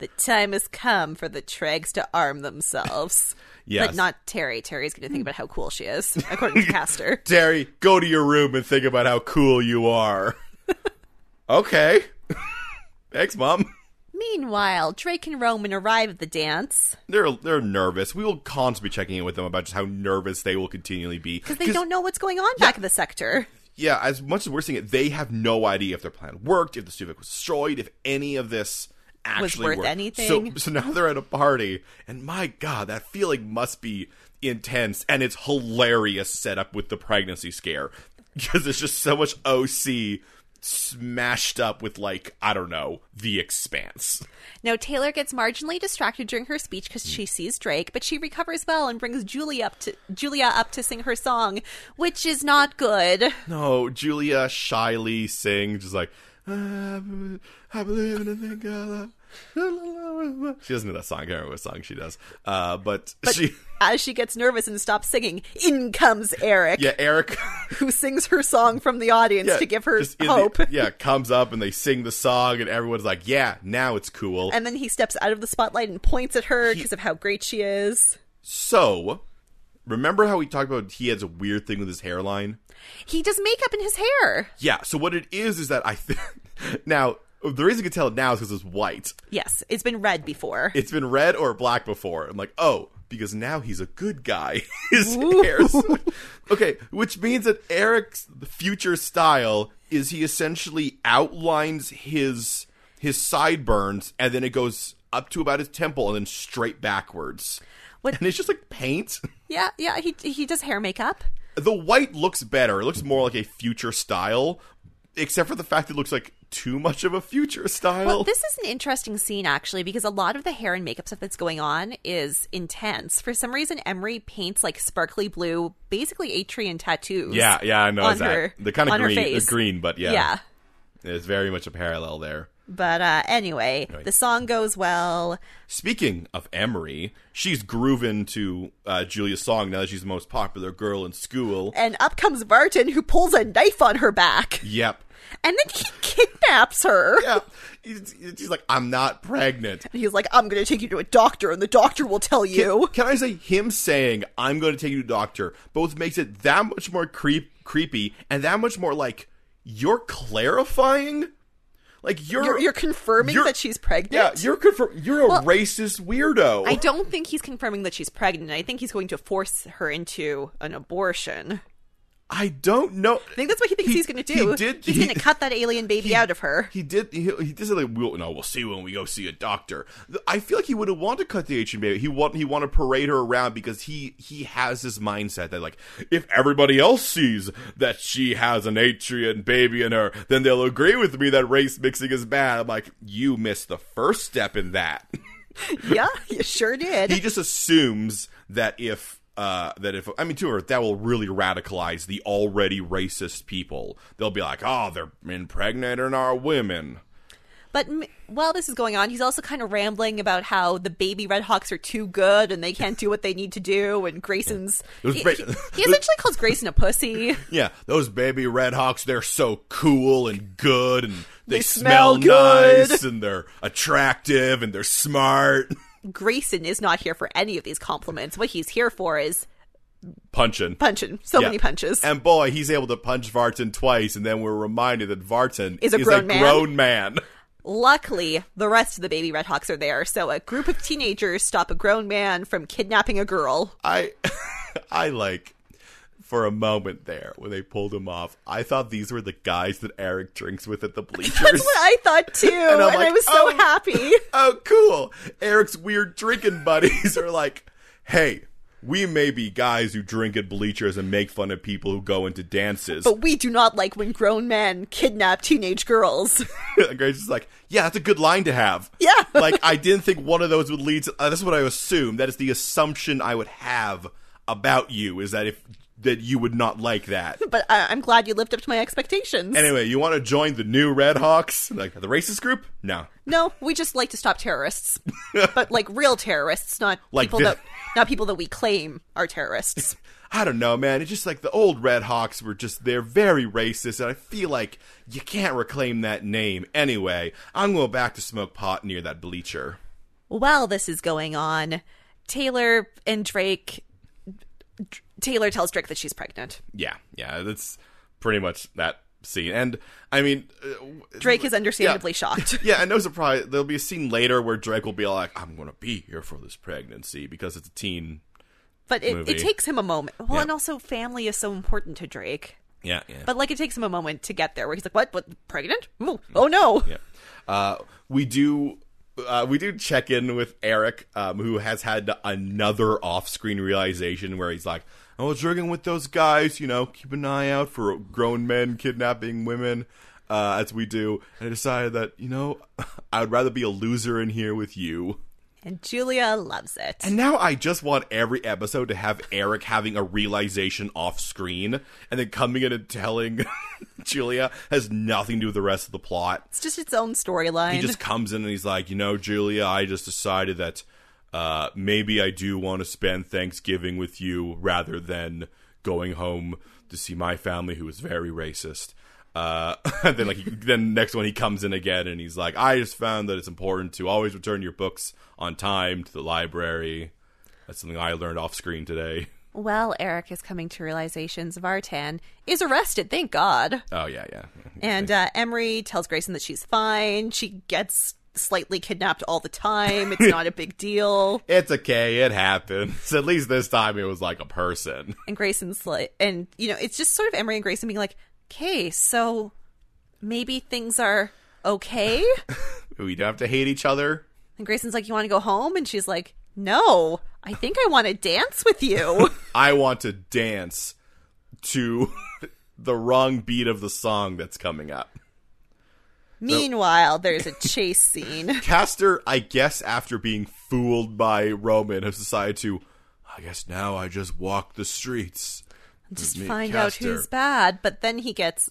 The time has come for the Tregs to arm themselves. Yes. Hmm. But not Terry. Terry's going to think about how cool she is, according to Caster. Terry, go to your room and think about how cool you are. okay. Thanks, mom. Meanwhile, Drake and Roman arrive at the dance They're they're nervous. We will constantly be checking in with them about just how nervous they will continually be. because they don't know what's going on back in the sector. yeah, as much as we're seeing it, they have no idea if their plan worked, if the Stuvik was destroyed, if any of this actually worth worked. So, anything. so now they're at a party, and my god, that feeling must be intense, and it's hilarious setup with the pregnancy scare because it's just so much OC smashed up with like I don't know the expanse. Now, Taylor gets marginally distracted during her speech because she sees Drake, but she recovers well and brings Julia up to Julia up to sing her song, which is not good. No, Julia shyly sings, just like, I believe I believe in a thing called love." La, la, la, la, la. She doesn't know that song. I can't remember what song she does. Uh, but, she, As she gets nervous and stops singing, in comes Eric, yeah, Eric who sings her song from the audience yeah, to give her just in the- hope. yeah, comes up and they sing the song, and everyone's like, yeah, now it's cool. And then he steps out of the spotlight and points at her because of how great she is. so, remember how we talked about he has a weird thing with his hairline? He does makeup in his hair. Yeah. So what it is is that I think now the reason you can tell it now is because it's white. Yes, it's been red before. it's been red or black before. I'm like, oh, because now he's a good guy. His hair's okay, which means that Eric's future style is he essentially outlines his his sideburns and then it goes up to about his temple and then straight backwards. What- And it's just like paint. Yeah, yeah. He he does hair makeup. The white looks better. It looks more like a future style, except for the fact it looks like too much of a future style. Well, this is an interesting scene actually because a lot of the hair and makeup stuff that's going on is intense. For some reason, Emery paints like sparkly blue, basically Atrian tattoos. yeah, yeah, I know on exact- her- the kind of on her green, the face. green, but yeah, yeah. there's very much a parallel there. But uh, anyway, Right. the song goes well. Speaking of Emery, she's grooving to uh, Julia's song now that she's the most popular girl in school. And up comes Barton, who pulls a knife on her back. Yep. And then he kidnaps her. Yeah. He's, he's like, I'm not pregnant. And he's like, I'm going to take you to a doctor, and the doctor will tell you. Can I say him saying, I'm going to take you to doctor, both makes it that much more creep creepy and that much more like, you're clarifying? Like, you're. You're, you're confirming you're- that she's yeah, pregnant. you're confirm- You're a Well, racist weirdo. I don't think he's confirming that she's pregnant. I think he's going to force her into an abortion. I don't know. I think that's what he thinks He- he's going to he do. did- he's he- going to cut that alien baby out of her. He did. He, he did something. We'll, no, we'll see when we go see a doctor. Th- I feel like he would have wanted to cut the Asian baby. He want he want to parade her around because he he has this mindset that like if everybody else sees that she has an Atrian baby in her, then they'll agree with me that race mixing is bad. I'm like, you missed the first step in that. yeah, you sure did. he just assumes that if. Uh, that if I mean to her, that will really radicalize the already racist people. They'll be like, "Oh, they're impregnating our women." But m- while this is going on, he's also kind of rambling about how the baby Red Hawks are too good and they can't do what they need to do. And Grayson's Those he, ba- he- he essentially calls Grayson a pussy. Yeah, those baby Red Hawks, they're so cool and good and they, They smell, smell good. nice and they're attractive and they're smart. Grayson is not here for any of these compliments. What he's here for is Punching. punching. So Yeah. many punches. And boy, he's able to punch Vartan twice, and then we're reminded that Vartan Is a grown man. grown man. Luckily, the rest of the baby Red Hawks are there. So a group of teenagers stop a grown man from kidnapping a girl. I I like for a moment there when they pulled him off, I thought these were the guys that Eric drinks with at the bleachers. That's what I thought too. and I'm I like, was so oh. happy. oh, cool. Eric's weird drinking buddies are like, hey, we may be guys who drink at bleachers and make fun of people who go into dances. But we do not like when grown men kidnap teenage girls. Grace is like, yeah, that's a good line to have. Yeah. like, I didn't think one of those would lead to. Uh, that's what I assumed. That is the assumption I would have about you is that if that you would not like that. but I- I'm glad you lived up to my expectations. Anyway, you want to join the new Red Hawks? Like the racist group? No. no, we just like to stop terrorists, but like real terrorists, not Like people thi- that not people that we claim are terrorists. I don't know, man. It's just like the old Red Hawks were just, they're very racist, and I feel like you can't reclaim that name. Anyway, I'm going back to smoke pot near that bleacher. While this is going on, Taylor and Drake. Dr- Taylor tells Drake that she's pregnant. Yeah, yeah, that's pretty much that scene. And, I mean, uh, w- Drake is understandably shocked. yeah, and no surprise, there'll be a scene later where Drake will be like, I'm going to be here for this pregnancy because it's a teen. But it, Movie. it takes him a moment. Well, Yeah. and also family is so important to Drake. Yeah, yeah. But like it takes him a moment to get there where he's like, What? What pregnant? Ooh, Oh no. Yeah. Uh, we do. Uh, we do check in with Eric, um, who has had another off-screen realization where he's like, "I was drinking with those guys, you know, keep an eye out for grown men kidnapping women, uh, as we do." And I decided that, you know, I would rather be a loser in here with you. And Julia loves it. And now I just want every episode to have Eric having a realization off screen and then coming in and telling Julia has nothing to do with the rest of the plot. it's just its own storyline. he just comes in and he's like, you know, Julia, I just decided that uh, maybe I do want to spend Thanksgiving with you rather than going home to see my family, who is very racist. Uh, and then like he, then next one he comes in again and he's like, I just found that it's important to always return your books on time to the library. That's something I learned off screen today. Well, Eric is coming to realizations. Vartan is arrested, thank God. Oh yeah, yeah. And uh, Emery tells Grayson that she's fine. She gets slightly kidnapped all the time. It's not a big deal. It's okay. It happens. At least this time it was like a person. And Grayson's like, and you know, it's just sort of Emery and Grayson being like, okay, so maybe things are okay. We don't have to hate each other. And Grayson's like, You want to go home? And she's like, No, I think I want to dance with you. I want to dance to the wrong beat of the song that's coming up. Meanwhile, there's a chase scene. Caster, I guess, after being fooled by Roman, has decided to. I guess now I just walk the streets. Just Me, find Caster. out who's bad. But then he gets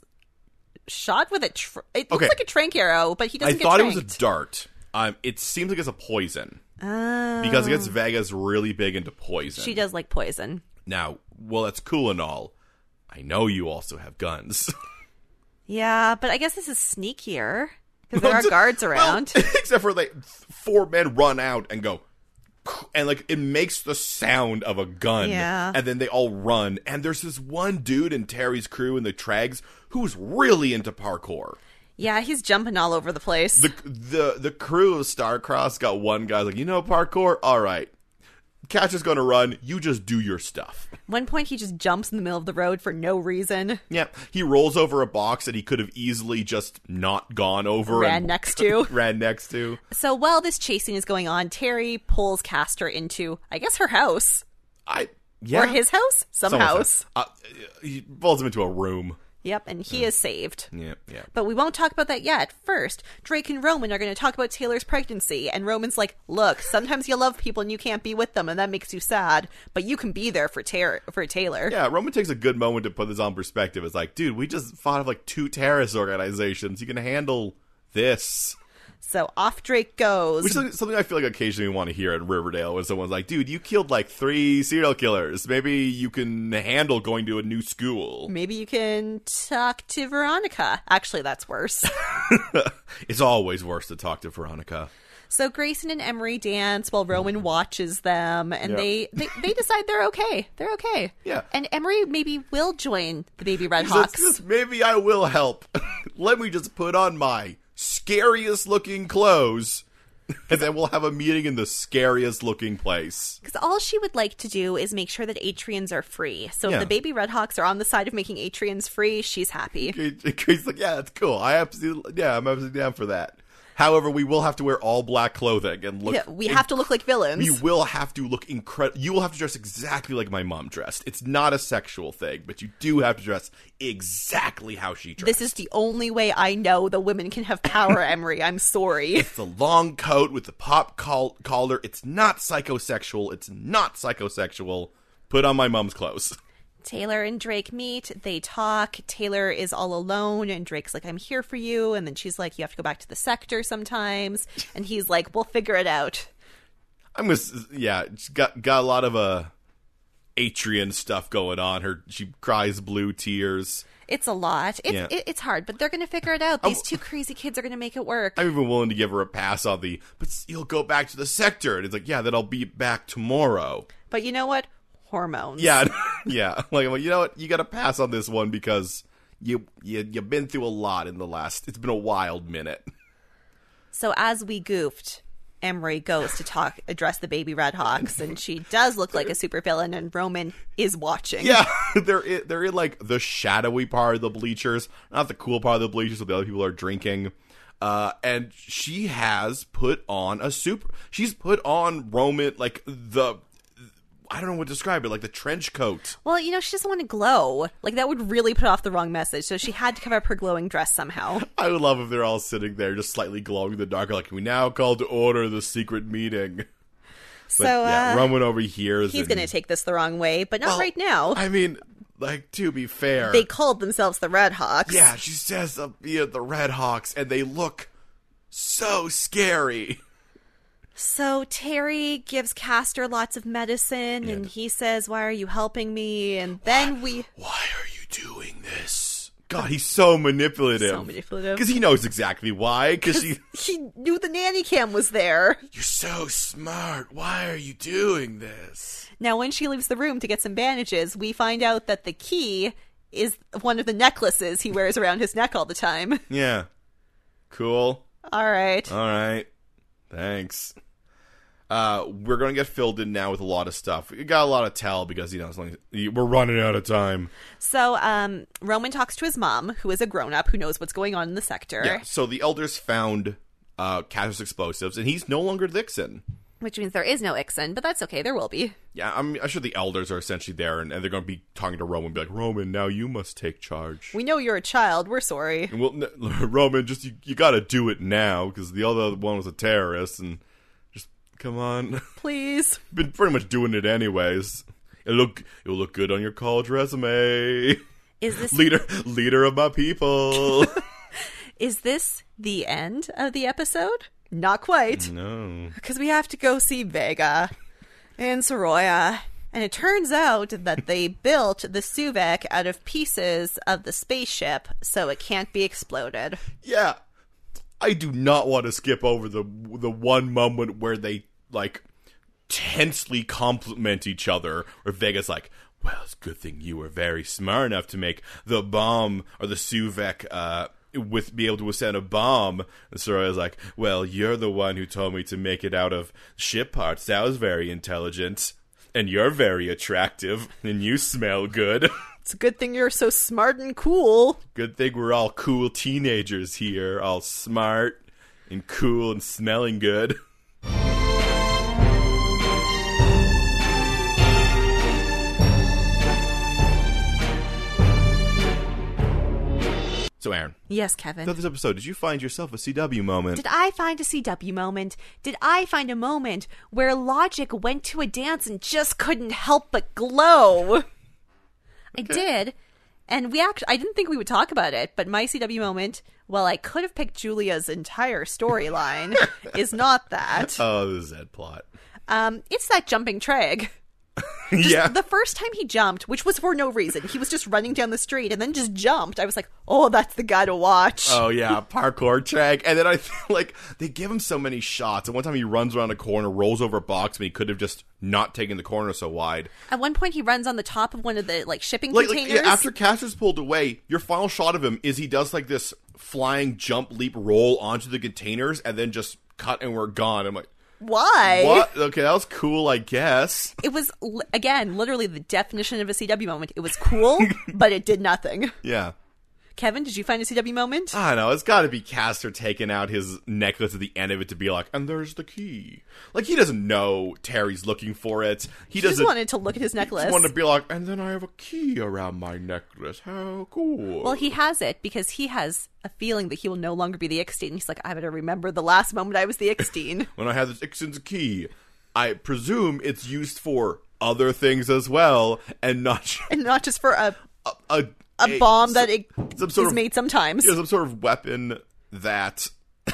shot with a. Tr- it looks Okay. like a trank arrow, but he I doesn't get thought it was tranked. a dart. Um, it seems like it's a poison because I guess Vega's really big into poison. Oh. She does like poison. Now, well, that's cool and all. I know you also have guns. Yeah, but I guess this is sneakier because there are Well, guards well, around. except for like four men run out and go, and like it makes the sound of a gun. Yeah. And then they all run, and there's this one dude in Terry's crew in the Trags who's really into parkour. yeah, he's jumping all over the place. The the the crew of Starcross got one guy's like, you know parkour, all right. Catch is gonna run. You just do your stuff. One point, he just jumps in the middle of the road for no reason. Yeah, he rolls over a box that he could have easily just not gone over Ran and next to. ran next to. So while this chasing is going on, Terry pulls Castor into, I guess, her house I yeah. or his house, some Someone house. said- Uh, he pulls him into a room. Yep, and he is saved. Yeah, yeah. But we won't talk about that yet. First, Drake and Roman are going to talk about Taylor's pregnancy, and Roman's like, "Look, sometimes you love people and you can't be with them, and that makes you sad. But you can be there for Taylor. For Taylor, Yeah, Roman takes a good moment to put this on perspective. It's like, dude, we just fought off like two terrorist organizations. You can handle this. so off Drake goes. Which is something I feel like occasionally we want to hear at Riverdale when someone's like, dude, you killed like three serial killers. Maybe you can handle going to a new school. Maybe you can talk to Veronica. Actually, that's worse. It's always worse to talk to Veronica. so Grayson and Emery dance while Roman watches them, and Yeah. they, they they decide they're okay. They're okay. Yeah. And Emery maybe will join the Baby Red So it's Hawks. just, maybe I will help. Let me just put on my scariest looking clothes, and then we'll have a meeting in the scariest looking place. Because all she would like to do is make sure that Atrians are free. So Yeah. if the baby Redhawks are on the side of making Atrians free, she's happy. He's like, yeah, that's cool. I absolutely, yeah, I'm absolutely down for that. However, we will have to wear all black clothing and look. Yeah, we have to look like villains. We will have to look incredible. You will have to dress exactly like my mom dressed. It's not a sexual thing, but you do have to dress exactly how she dressed. this is the only way I know the women can have power, Emery. I'm sorry. the long coat with the pop col- collar. It's not psychosexual. It's not psychosexual. Put on my mom's clothes. Taylor and Drake meet. They talk. Taylor is all alone, and Drake's like, I'm here for you. And then she's like, You have to go back to the sector sometimes. And he's like, We'll figure it out. I'm gonna, s- yeah, she's got got a lot of uh, Atrian stuff going on. Her she cries blue tears. It's a lot. It's, Yeah. it, it's hard, but they're going to figure it out. These two crazy kids are going to make it work. I'm even willing to give her a pass on the, but s- you'll go back to the sector, and it's like, yeah, then I'll be back tomorrow. But you know what? Hormones. Yeah, yeah. Like, I'm like, you know what? You got to pass on this one because you you you've been through a lot in the last. It's been a wild minute. So as we goofed, Emery goes to talk address the baby Red Hawks, and she does look like a supervillain, and Roman is watching. Yeah, they're in, they're in like the shadowy part of the bleachers, not the cool part of the bleachers where the other people are drinking. Uh, and she has put on a super. She's put on Roman like the. I don't know what to describe it like the trench coat. Well, you know, she doesn't want to glow. Like that would really put off the wrong message. So she had to cover up her glowing dress somehow. I would love if they're all sitting there just slightly glowing in the dark. Like we now call to order the secret meeting. But, so yeah, uh, Roman over here is he's in- going to take this the wrong way, but not Well, right now. I mean, like to be fair, they called themselves the Red Hawks. Yeah, she says uh, yeah, the Red Hawks, and they look so scary. So Terry gives Castor lots of medicine, and he says, "Why are you helping me?" And then we. Why are you doing this? God, he's so manipulative. So manipulative. Because he knows exactly why. Because she, He knew the nanny cam was there. you're so smart. Why are you doing this? Now, when she leaves the room to get some bandages, we find out that the key is one of the necklaces he wears around his neck all the time. Yeah. Cool. Uh. All right. All right. Thanks. Uh, we're going to get filled in now with a lot of stuff. You got a lot of tell because you know as long as- we're running out of time. So um, Roman talks to his mom, who is a grown up who knows what's going on in the sector, Yeah. So the elders found uh, Cassius explosives, and he's no longer Dixon. which means there is no Ixen, but that's okay. There will be. Yeah, I'm, I'm sure the elders are essentially there, and, and they're going to be talking to Roman, be like, Roman, now you must take charge. We know you're a child. We're sorry. And well, n- Roman, just you, you got to do it now because the other one was a terrorist, and just come on, Please. been pretty much doing it anyways. It look it will look good on your college resume. Is this leader, leader of my people. is this the end of the episode? Not quite, no, because we have to go see Vega and Soroya. And it turns out that they built the Suvek out of pieces of the spaceship, so it can't be exploded. yeah, I do not want to skip over the the one moment where they like tensely compliment each other. Where Vega's like. Well, it's a good thing you were very smart enough to make the bomb or the Suvek uh, with be able to withstand a bomb. And Soraya's like, "Well, you're the one who told me to make it out of ship parts. That was very intelligent, and you're very attractive, and you smell good." It's a good thing you're so smart and cool. Good thing we're all cool teenagers here, all smart and cool and smelling good. So, Aaron, Yes, Kevin. throughout this episode, did you find yourself a CW moment? Did I find a CW moment? Did I find a moment where logic went to a dance and just couldn't help but glow? I did. And we actually, I didn't think we would talk about it, but my CW moment, well, I could have picked Julia's entire storyline, is not that. oh, the Zed plot. Um, it's that jumping Treg. yeah. The first time he jumped, which was for no reason, he was just running down the street and then just jumped. I was like, oh, that's the guy to watch. Oh yeah, parkour check. And then I feel like they give him so many shots. And one time he runs around a corner, rolls over a box, and he could have just not taken the corner so wide. At one point, he runs on the top of one of the like shipping Like, like, containers. yeah, after Caster's pulled away, your final shot of him is he does like this flying jump, leap, roll onto the containers, and then just cut, and we're gone. I'm like, Why? what? Okay, that was cool, I guess. It was li- again literally the definition of a CW moment. It was cool, but it did nothing. Yeah. Kevin, did you find a CW moment? I don't know. It's got to be Caster taking out his necklace at the end of it to be like, and there's the key. Like he doesn't know Terry's looking for it. He He just doesn't. wanted to look at his necklace. just wanted to be like, and then I have a key around my necklace. How cool. well, he has it because he has a feeling that he will no longer be the Ixteen. He's like, I better remember the last moment I was the Ixteen. when I have this Ixen's key, I presume it's used for other things as well, and not and not just for a, a, a, a bomb that it some sort is of- made sometimes, yeah, some sort of weapon that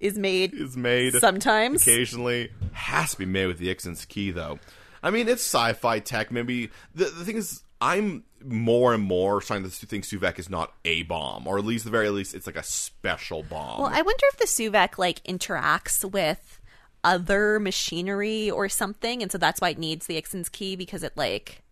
is made is made sometimes. occasionally has to be made with the Ixen's key, though. I mean, it's sci-fi tech. Maybe the, the thing is, I'm more and more starting to think Suvek is not a bomb, or at least the very least, it's like a special bomb. Well, I wonder if the Suvek like interacts with other machinery or something, and so that's why it needs the Ixen's key because it like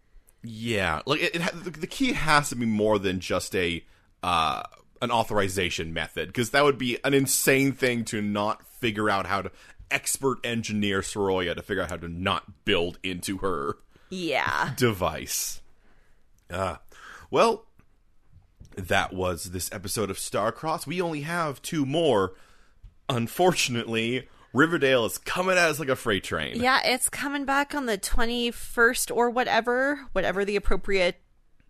Yeah, like it, it ha- the- the key has to be more than just a uh, an authorization method because that would be an insane thing to not figure out how to expert engineer Soroya to figure out how to not build into her yeah. device. Uh, well, that was this episode of Starcross. We only have two more. Unfortunately, Riverdale is coming at us like a freight train. Yeah, it's coming back on the 21st or whatever, whatever the appropriate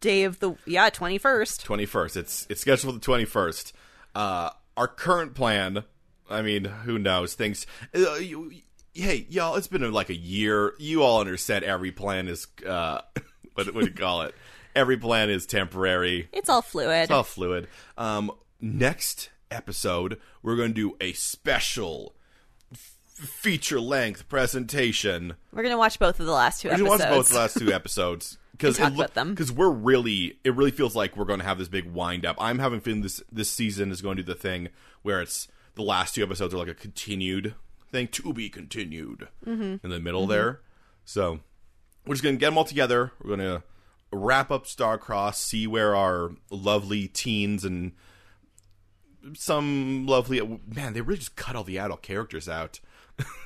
day of the yeah, 21st. 21st. It's it's scheduled for the 21st. Uh, our current plan, I mean, who knows? Things. Uh, you, hey, y'all, it's been like a year. You all understand every plan is. Uh, what, what do you call it? Every plan is temporary. It's all fluid. It's all fluid. Um, next episode, we're going to do a special f- feature length presentation We're going to watch both of the last two we should episodes. watch both the last two episodes because And talk about them. because we're really it really feels like we're going to have this big wind up. I'm having feeling this this season is going to do the thing where it's the last two episodes are like a continued thing to be continued in the middle there. So we're just gonna get them all together. We're gonna wrap up Starcross, see where our lovely teens and some lovely man. They really just cut all the adult characters out.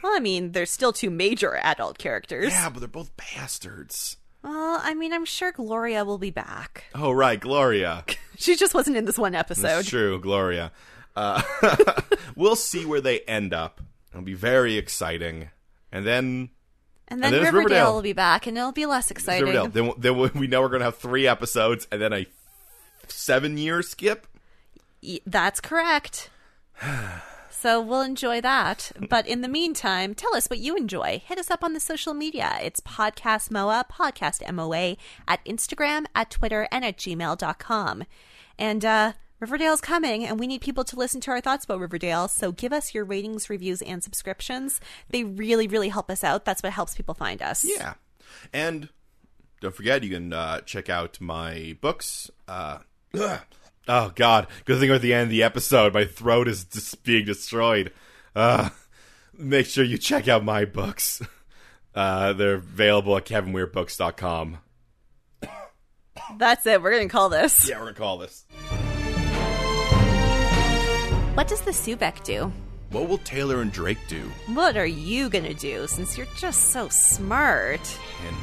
Well, I mean, there's still two major adult characters. Yeah, but they're both bastards. Well, I mean, I'm sure Gloria will be back. Oh right, Gloria. She just wasn't in this one episode. That's true, Gloria. Uh, we'll see where they end up. It'll be very exciting, and then And then, And then it's Riverdale, Riverdale. will be back, and it'll be less exciting. Riverdale. Then, then we know we're gonna have three episodes, and then a seven-year skip. Y- That's correct. So we'll enjoy that. But in the meantime, tell us what you enjoy. Hit us up on the social media. It's Podcast MOA, Podcast MOA, at Instagram, at Twitter, and at gmail.com. And uh, Riverdale's coming, and we need people to listen to our thoughts about Riverdale. So give us your ratings, reviews, and subscriptions. They really, really help us out. That's what helps people find us. Yeah. And don't forget, you can uh, check out my books. Uh, ugh. oh, God. Good thing we're at the end of the episode. My throat is just being destroyed. Uh, make sure you check out my books. Uh, they're available at kevinweirdbooks.com. That's it. We're going to call this. Yeah, we're going to call this. What does the Subeck do? What will Taylor and Drake do? What are you going to do since you're just so smart? And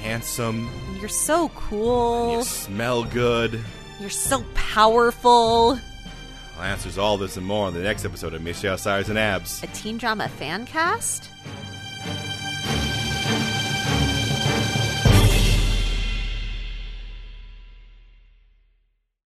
handsome, You're so cool. you smell good. You're so powerful. I'll answer all this and more on the next episode of Michelle Cyrus and Abs. A teen drama fan cast?